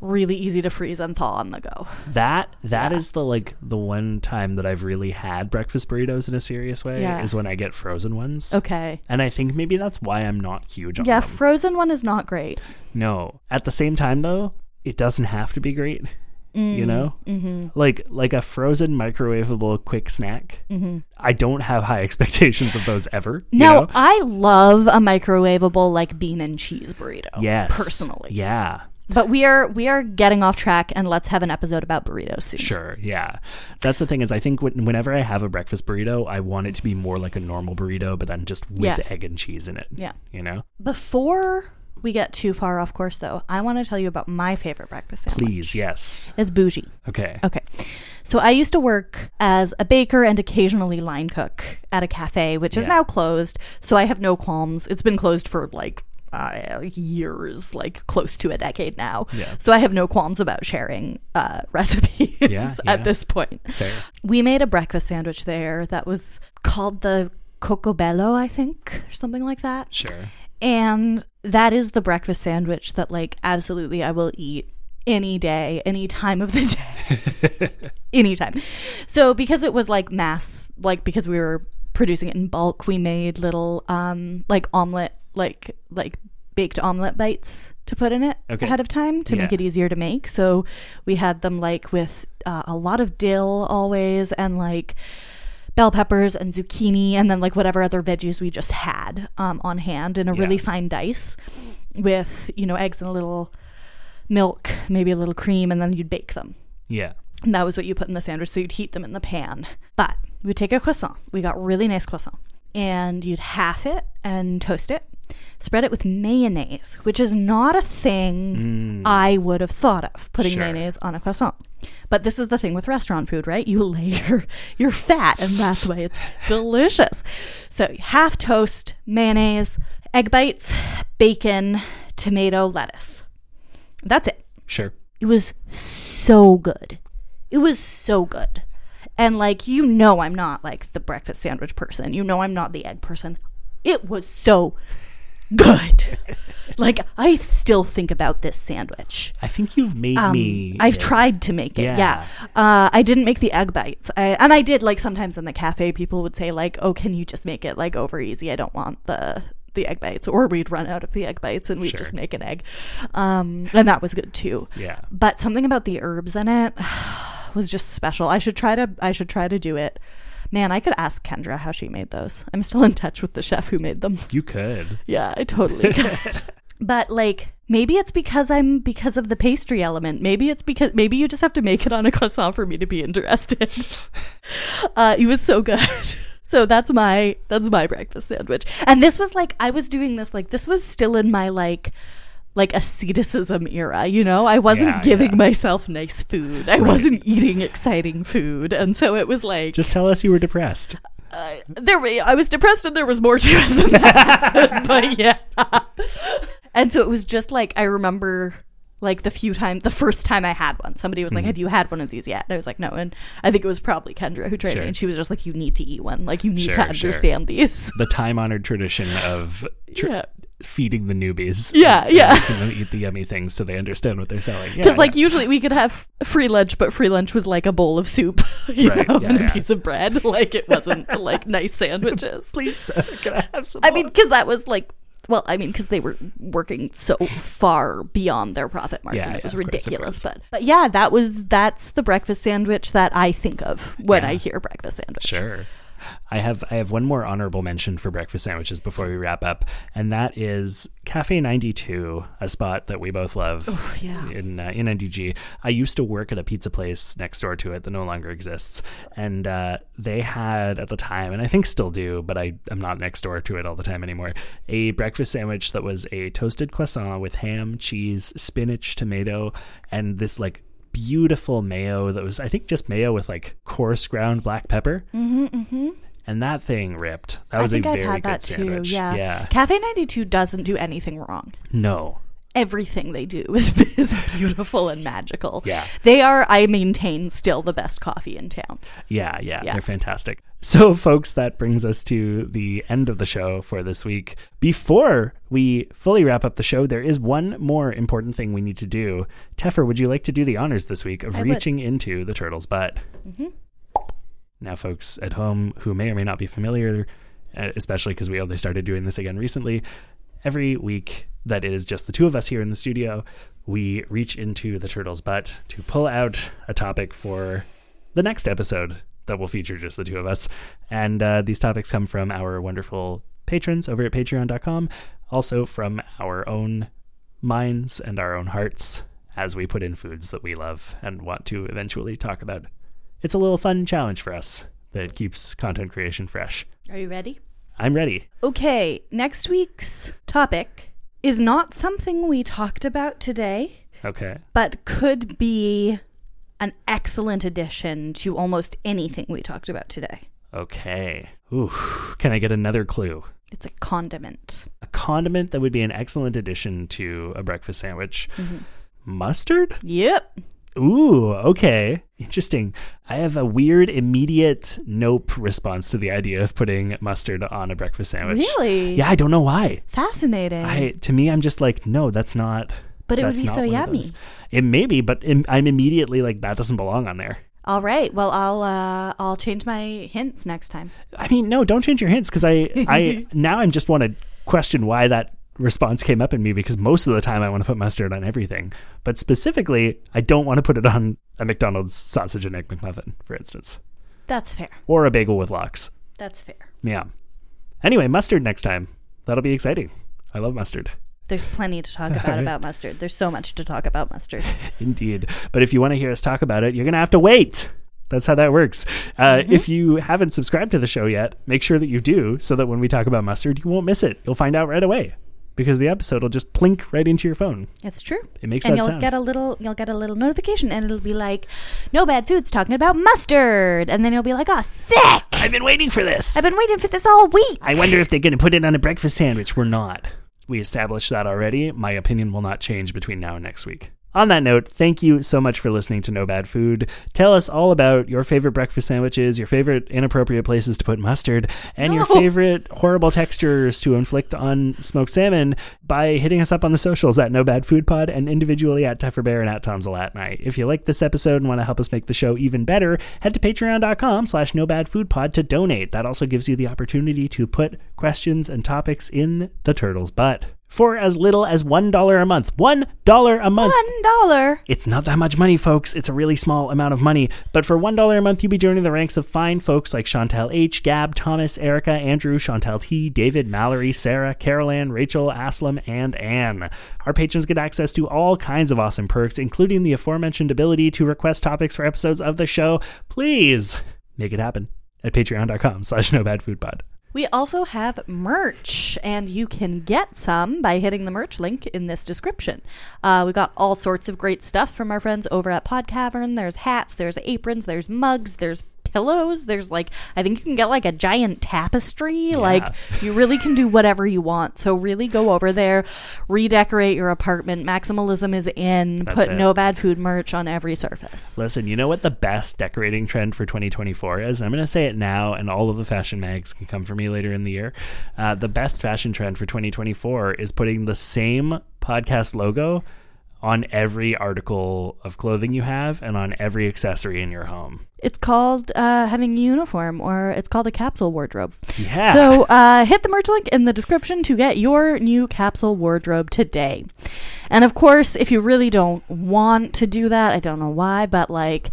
[SPEAKER 1] Really easy to freeze and thaw on the go.
[SPEAKER 2] That that is the like the one time that I've really had breakfast burritos in a serious way
[SPEAKER 1] Yeah.
[SPEAKER 2] is when I get frozen ones.
[SPEAKER 1] Okay.
[SPEAKER 2] And I think maybe that's why I'm not huge on
[SPEAKER 1] Yeah,
[SPEAKER 2] them.
[SPEAKER 1] frozen one is not great.
[SPEAKER 2] No. At the same time though, it doesn't have to be great.
[SPEAKER 1] Mm,
[SPEAKER 2] you know? Mm-hmm. Like like a frozen microwavable quick snack. Mm-hmm. I don't have high expectations of those ever. you
[SPEAKER 1] Now,
[SPEAKER 2] know?
[SPEAKER 1] I love a microwavable like bean and cheese burrito.
[SPEAKER 2] yes.
[SPEAKER 1] Personally.
[SPEAKER 2] Yeah.
[SPEAKER 1] But we are we are getting off track and let's have an episode about burritos soon.
[SPEAKER 2] Sure. Yeah. That's the thing is I think when, whenever I have a breakfast burrito, I want it to be more like a normal burrito, but then just with
[SPEAKER 1] Yeah.
[SPEAKER 2] egg and cheese in it.
[SPEAKER 1] Yeah.
[SPEAKER 2] You know?
[SPEAKER 1] Before we get too far off course though, I want to tell you about my favorite breakfast sandwich.
[SPEAKER 2] Please. Yes.
[SPEAKER 1] It's bougie.
[SPEAKER 2] Okay.
[SPEAKER 1] Okay. So I used to work as a baker and occasionally line cook at a cafe, which is
[SPEAKER 2] Yeah.
[SPEAKER 1] now closed. So I have no qualms. It's been closed for like uh, years, like close to a decade now.
[SPEAKER 2] Yeah.
[SPEAKER 1] So I have no qualms about sharing uh, recipes
[SPEAKER 2] Yeah, yeah.
[SPEAKER 1] at this point.
[SPEAKER 2] Fair.
[SPEAKER 1] We made a breakfast sandwich there that was called the Cocobello, I think, or something like that.
[SPEAKER 2] Sure.
[SPEAKER 1] And that is the breakfast sandwich that, like, absolutely I will eat any day, any time of the day. Anytime. So, because it was like mass, like, because we were producing it in bulk, we made little, um, like, omelet, like, like, baked omelet bites to put in it
[SPEAKER 2] Okay.
[SPEAKER 1] ahead of time to make
[SPEAKER 2] Yeah.
[SPEAKER 1] it easier to make so we had them like with uh, a lot of dill always and like bell peppers and zucchini and then like whatever other veggies we just had um, on hand in a really
[SPEAKER 2] Yeah.
[SPEAKER 1] fine dice with you know eggs and a little milk maybe a little cream and then you'd bake them
[SPEAKER 2] Yeah.
[SPEAKER 1] and that was what you put in the sandwich so you'd heat them in the pan but we'd take a croissant we got really nice croissant and you'd half it and toast it spread it with mayonnaise which is not a thing i would have thought of putting
[SPEAKER 2] Sure.
[SPEAKER 1] mayonnaise on a croissant but this is the thing with restaurant food right you layer your fat and that's why it's delicious so half toast mayonnaise egg bites bacon tomato lettuce that's it
[SPEAKER 2] Sure.
[SPEAKER 1] it was so good. It was so good. And like you know I'm not like the breakfast sandwich person. You know I'm not the egg person. It was so good. like I still think about this sandwich.
[SPEAKER 2] I think you've made me.
[SPEAKER 1] Um, I've tried to make it. Yeah.
[SPEAKER 2] Yeah.
[SPEAKER 1] Uh, I didn't make the egg bites. I, and I did like sometimes in the cafe people would say like, "Oh, can you just make it like over easy? I don't want the the egg bites." Or we'd run out of the egg bites and we'd
[SPEAKER 2] Sure.
[SPEAKER 1] just make an egg. Um, and that was good too
[SPEAKER 2] Yeah.
[SPEAKER 1] but something about the herbs in it was just special. I should try to I should try to do it. Man, I could ask Kendra how she made those. I'm still in touch with the chef who made them.
[SPEAKER 2] You could.
[SPEAKER 1] Yeah, I totally could. but like maybe it's because I'm because of the pastry element. Maybe it's because maybe you just have to make it on a croissant for me to be interested. uh, it was so good. So that's my that's my breakfast sandwich. And this was like I was doing this like this was still in my like like asceticism era, you know? I wasn't
[SPEAKER 2] Yeah,
[SPEAKER 1] giving
[SPEAKER 2] yeah.
[SPEAKER 1] myself nice food. I wasn't eating exciting food. And so it was like
[SPEAKER 2] Just tell us you were depressed.
[SPEAKER 1] there wa- I was depressed and there was more to it than that. but yeah. And so it was just like I remember like the few times the first time I had one, somebody
[SPEAKER 2] Mm-hmm.
[SPEAKER 1] was like, Have you had one of these yet? And I was like, No. And I think it was probably Kendra who trained
[SPEAKER 2] Sure.
[SPEAKER 1] me and she was just like, You need to eat one. Like you need
[SPEAKER 2] Sure,
[SPEAKER 1] to
[SPEAKER 2] sure.
[SPEAKER 1] understand these.
[SPEAKER 2] The time honored tradition of tr-
[SPEAKER 1] Yeah.
[SPEAKER 2] feeding the newbies.
[SPEAKER 1] Yeah,
[SPEAKER 2] And
[SPEAKER 1] yeah.
[SPEAKER 2] making them eat the yummy things so they understand what they're selling. Yeah,
[SPEAKER 1] Because like usually we could have free lunch, but free lunch was like a bowl of soup, you
[SPEAKER 2] Right,
[SPEAKER 1] know,
[SPEAKER 2] yeah,
[SPEAKER 1] and a
[SPEAKER 2] yeah.
[SPEAKER 1] piece of bread. Like it wasn't like nice sandwiches.
[SPEAKER 2] please, uh, can I have some?
[SPEAKER 1] I mean, because that was like, well, I mean, because they were working so far beyond their profit margin,
[SPEAKER 2] Yeah,
[SPEAKER 1] it was
[SPEAKER 2] yeah, of course, of
[SPEAKER 1] ridiculous. but but yeah, that was that's the breakfast sandwich that I think of when
[SPEAKER 2] Yeah.
[SPEAKER 1] I hear breakfast sandwich.
[SPEAKER 2] Sure. I have I have one more honorable mention for breakfast sandwiches before we wrap up, and that is Cafe 92, a spot that we both love
[SPEAKER 1] yeah.
[SPEAKER 2] in uh, in NDG. I used to work at a pizza place next door to it that no longer exists, and uh, they had at the time, and I think still do, but I am not next door to it all the time anymore. A breakfast sandwich that was a toasted croissant with ham, cheese, spinach, tomato, and this like beautiful mayo that was, I think, just mayo with like coarse ground black pepper.
[SPEAKER 1] Mm-hmm, mm-hmm.
[SPEAKER 2] And that thing ripped. That
[SPEAKER 1] I
[SPEAKER 2] was a
[SPEAKER 1] think I've
[SPEAKER 2] very
[SPEAKER 1] had
[SPEAKER 2] good
[SPEAKER 1] that
[SPEAKER 2] sandwich.
[SPEAKER 1] too. Yeah.
[SPEAKER 2] yeah.
[SPEAKER 1] Cafe 92 doesn't do anything wrong.
[SPEAKER 2] No.
[SPEAKER 1] Everything they do is, is beautiful and magical.
[SPEAKER 2] Yeah.
[SPEAKER 1] They are, I maintain, still the best coffee in town.
[SPEAKER 2] Yeah, yeah,
[SPEAKER 1] Yeah.
[SPEAKER 2] they're fantastic. So, folks, that brings us to the end of the show for this week. Before we fully wrap up the show, there is one more important thing we need to do. Teffer, would you like to do the honors this week of
[SPEAKER 1] I would.
[SPEAKER 2] reaching into the turtle's butt? Now, folks at home who may or may not be familiar, uh, especially because we only started doing this again recently, every week that it is just the two of us here in the studio, we reach into the turtle's butt to pull out a topic for the next episode that will feature just the two of us. And uh, these topics come from our wonderful patrons over at patreon.com, also from our own minds and our own hearts as we put in foods that we love and want to eventually talk about. It's a little fun challenge for us that keeps content creation fresh.
[SPEAKER 1] Are you ready?
[SPEAKER 2] I'm ready.
[SPEAKER 1] Okay, next week's topic is not something we talked about today,
[SPEAKER 2] Okay.
[SPEAKER 1] but could be an excellent addition to almost anything we talked about today.
[SPEAKER 2] Okay. Ooh, can I get another clue?
[SPEAKER 1] It's a condiment.
[SPEAKER 2] A condiment that would be an excellent addition to a breakfast sandwich.
[SPEAKER 1] Mm-hmm.
[SPEAKER 2] Mustard?
[SPEAKER 1] Yep.
[SPEAKER 2] Ooh, okay. Interesting. I have a weird immediate nope response to the idea of putting mustard on a breakfast sandwich.
[SPEAKER 1] Really?
[SPEAKER 2] Yeah, I don't know why.
[SPEAKER 1] Fascinating.
[SPEAKER 2] I to me I'm just like, no, that's not
[SPEAKER 1] But it would
[SPEAKER 2] that's
[SPEAKER 1] be
[SPEAKER 2] not
[SPEAKER 1] so
[SPEAKER 2] one of
[SPEAKER 1] yummy.
[SPEAKER 2] those. It may be, but im- I'm immediately like that doesn't belong on there.
[SPEAKER 1] All right. Well, I'll uh, I'll change my hints next time.
[SPEAKER 2] I mean, no, don't change your hints because I, I now I'm just want to question why that response came up in me because most of the time I want to put mustard on everything, but specifically I don't want to put it on a McDonald's sausage and egg McMuffin, for instance,
[SPEAKER 1] That's fair.
[SPEAKER 2] or a bagel with lox.
[SPEAKER 1] That's fair.
[SPEAKER 2] Yeah. Anyway, mustard next time. That'll be exciting. I love mustard.
[SPEAKER 1] There's plenty to talk about about mustard. There's so much to talk about mustard.
[SPEAKER 2] Indeed. But if you want to hear us talk about it, you're going to have to wait. That's how that works. Uh, If you haven't subscribed to the show yet, make sure that you do so that when we talk about mustard, you won't miss it. You'll find out right away because the episode will just plink right into your phone.
[SPEAKER 1] It's true.
[SPEAKER 2] It makes
[SPEAKER 1] and
[SPEAKER 2] that
[SPEAKER 1] you'll
[SPEAKER 2] sound.
[SPEAKER 1] get a little you'll get a little notification and it'll be like no bad foods talking about mustard and then you'll be like oh sick
[SPEAKER 2] I've been waiting for this.
[SPEAKER 1] i've been waiting for this all week
[SPEAKER 2] I wonder if they're going to put it on a breakfast sandwich. We're not. We established that already. My opinion will not change between now and next week. On that note, thank you so much for listening to No Bad Food. Tell us all about your favorite breakfast sandwiches, your favorite inappropriate places to put mustard, and your
[SPEAKER 1] No.
[SPEAKER 2] favorite horrible textures to inflict on smoked salmon by hitting us up on the socials at No Bad Food Pod and individually at Teffer Bear and at Tomzalat and I. If you like this episode and want to help us make the show even better, head to patreon.com slash no bad food pod to donate. That also gives you the opportunity to put questions and topics in the turtle's butt. For as little as $1 a month. $1 a month!
[SPEAKER 1] one dollar
[SPEAKER 2] It's not that much money, folks. It's a really small amount of money. But for $1 a month, you'll be joining the ranks of fine folks like Chantel H., Gab, Thomas, Erica, Andrew, Chantel T., David, Mallory, Sarah, Carol Ann, Rachel, Aslam, and Anne. Our patrons get access to all kinds of awesome perks, including the aforementioned ability to request topics for episodes of the show. Please make it happen at patreon.com slash no bad food pod.
[SPEAKER 1] we also have merch and you can get some by hitting the merch link in this description uh, we got all sorts of great stuff from our friends over at pod cavern there's hats there's aprons there's mugs there's pillows there's like i think you can get like a giant tapestry like you really can do whatever you want so really go over there redecorate your apartment maximalism is in put
[SPEAKER 2] it.
[SPEAKER 1] no bad food merch on every surface
[SPEAKER 2] Listen, you know what the best decorating trend for 2024 is? And I'm going to say it now, and all of the fashion mags can come for me later in the year. Uh, the best fashion trend for 2024 is putting the same podcast logo on every article of clothing you have and on every accessory in your home.
[SPEAKER 1] it's called uh, having a uniform or it's called a capsule wardrobe
[SPEAKER 2] Yeah.
[SPEAKER 1] So uh, hit the merch link in the description to get your new capsule wardrobe today. And of course, if you really don't want to do that, I don't know why, but like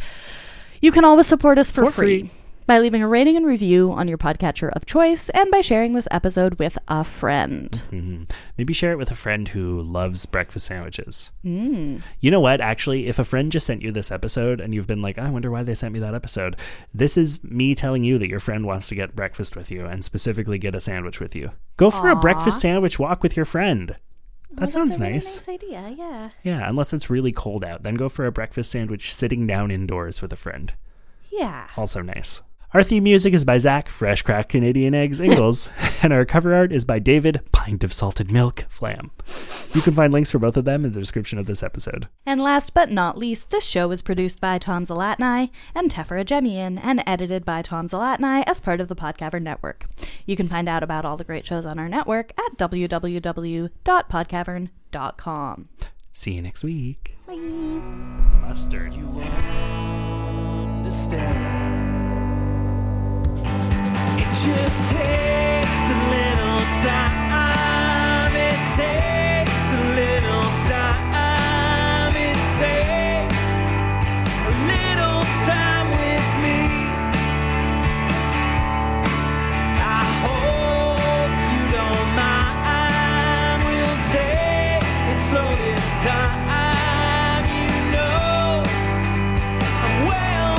[SPEAKER 1] you can always support us for,
[SPEAKER 2] For
[SPEAKER 1] free.
[SPEAKER 2] free.
[SPEAKER 1] By leaving a rating and review on your podcatcher of choice and by sharing this episode with a friend.
[SPEAKER 2] Mhm. Maybe share it with a friend who loves breakfast sandwiches.
[SPEAKER 1] Mm.
[SPEAKER 2] You know what? Actually, if a friend just sent you this episode and you've been like, I wonder why they sent me that episode, this is me telling you that your friend wants to get breakfast with you and specifically get a sandwich with you. Go for a breakfast sandwich walk with your friend. That
[SPEAKER 1] Well, Oh, that's
[SPEAKER 2] sounds
[SPEAKER 1] a really
[SPEAKER 2] nice.
[SPEAKER 1] nice idea. Yeah.
[SPEAKER 2] Yeah, unless it's really cold out, then go for a breakfast sandwich sitting down indoors with a friend.
[SPEAKER 1] Yeah.
[SPEAKER 2] Also nice. Our theme music is by Zach, Fresh Crack Canadian Eggs Ingalls, and our cover art is by David, Pint of Salted Milk Flam. You can find links for both of them in the description of this episode.
[SPEAKER 1] And last but not least, this show was produced by Tom Zalatni and Tefera Jemian and edited by Tom Zalatni as part of the Podcavern Network. You can find out about all the great shows on our network at www.podcavern.com.
[SPEAKER 2] See you next week.
[SPEAKER 1] Bye.
[SPEAKER 2] Mustard.
[SPEAKER 3] you understand. It just takes a little time. It takes a little time. It takes a little time with me. I hope you don't mind. We'll take it slow this time. You know well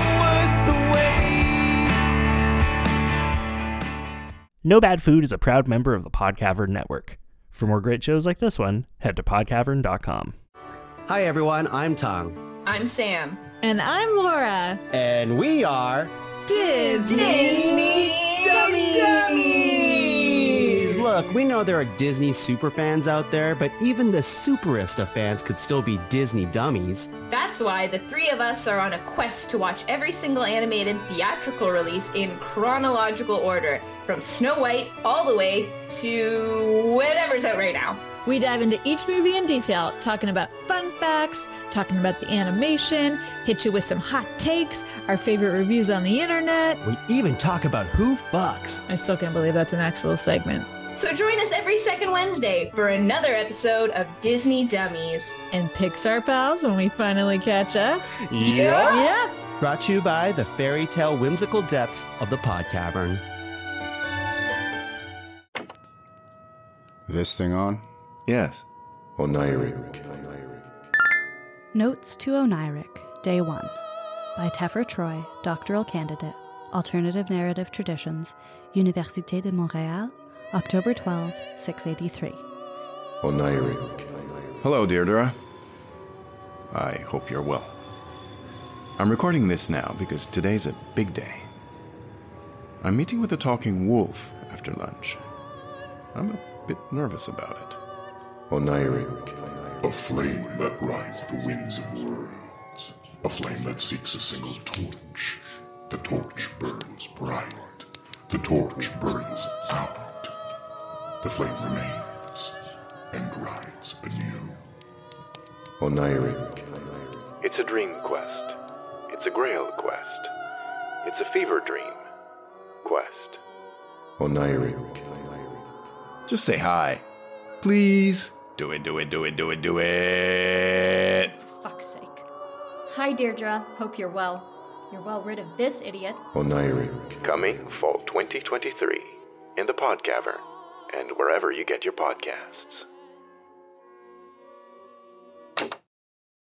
[SPEAKER 3] worth the wait.
[SPEAKER 2] No Bad Food is a proud member of the Podcavern Network. For more great shows like this one, head to podcavern.com.
[SPEAKER 4] Hi, everyone. I'm Tong.
[SPEAKER 5] I'm Sam.
[SPEAKER 6] And I'm Laura.
[SPEAKER 4] And we are
[SPEAKER 5] Disney Dummies!
[SPEAKER 4] Look, we know there are Disney superfans out there, but even the superest of fans could still be Disney dummies.
[SPEAKER 5] That's why the three of us are on a quest to watch every single animated theatrical release in chronological order, from Snow White all the way to whatever's out right now.
[SPEAKER 6] We dive into each movie in detail, talking about fun facts, talking about the animation, hit you with some hot takes, our favorite reviews on the internet.
[SPEAKER 4] We even talk about who fucks.
[SPEAKER 6] I still can't believe that's an actual segment.
[SPEAKER 5] So join us every second Wednesday for another episode of Disney Dummies.
[SPEAKER 6] And Pixar pals when we finally catch up.
[SPEAKER 5] Yeah.
[SPEAKER 6] Yep.
[SPEAKER 4] Brought to you by the fairy tale whimsical depths of the pod cavern.
[SPEAKER 7] This thing on?
[SPEAKER 8] Yes.
[SPEAKER 7] Oniric.
[SPEAKER 1] Notes to Oniric, Day 1 by Teffer Troy, doctoral candidate, Alternative Narrative Traditions, Université de Montréal, October 12, 683.
[SPEAKER 7] Oniric.
[SPEAKER 8] Hello, Deirdre. I hope you're well. I'm recording this now because today's a big day. I'm meeting with a talking wolf after lunch. I'm a bit nervous about it.
[SPEAKER 7] Oniric.
[SPEAKER 9] A flame that rides the wings of worlds. A flame that seeks a single torch. The torch burns bright. The torch burns out. The flame remains and rides anew.
[SPEAKER 7] Oniric.
[SPEAKER 8] It's a dream quest. It's a grail quest. It's a fever dream quest.
[SPEAKER 7] Oniric.
[SPEAKER 8] Just say hi. Please. Do it, do it, do it, do it, do it.
[SPEAKER 10] Fuck's sake. Hi, Deirdre. Hope you're well. You're well rid of this idiot.
[SPEAKER 7] Oniric.
[SPEAKER 8] Coming fall 2023 in the Pod Cavern and wherever you get your podcasts.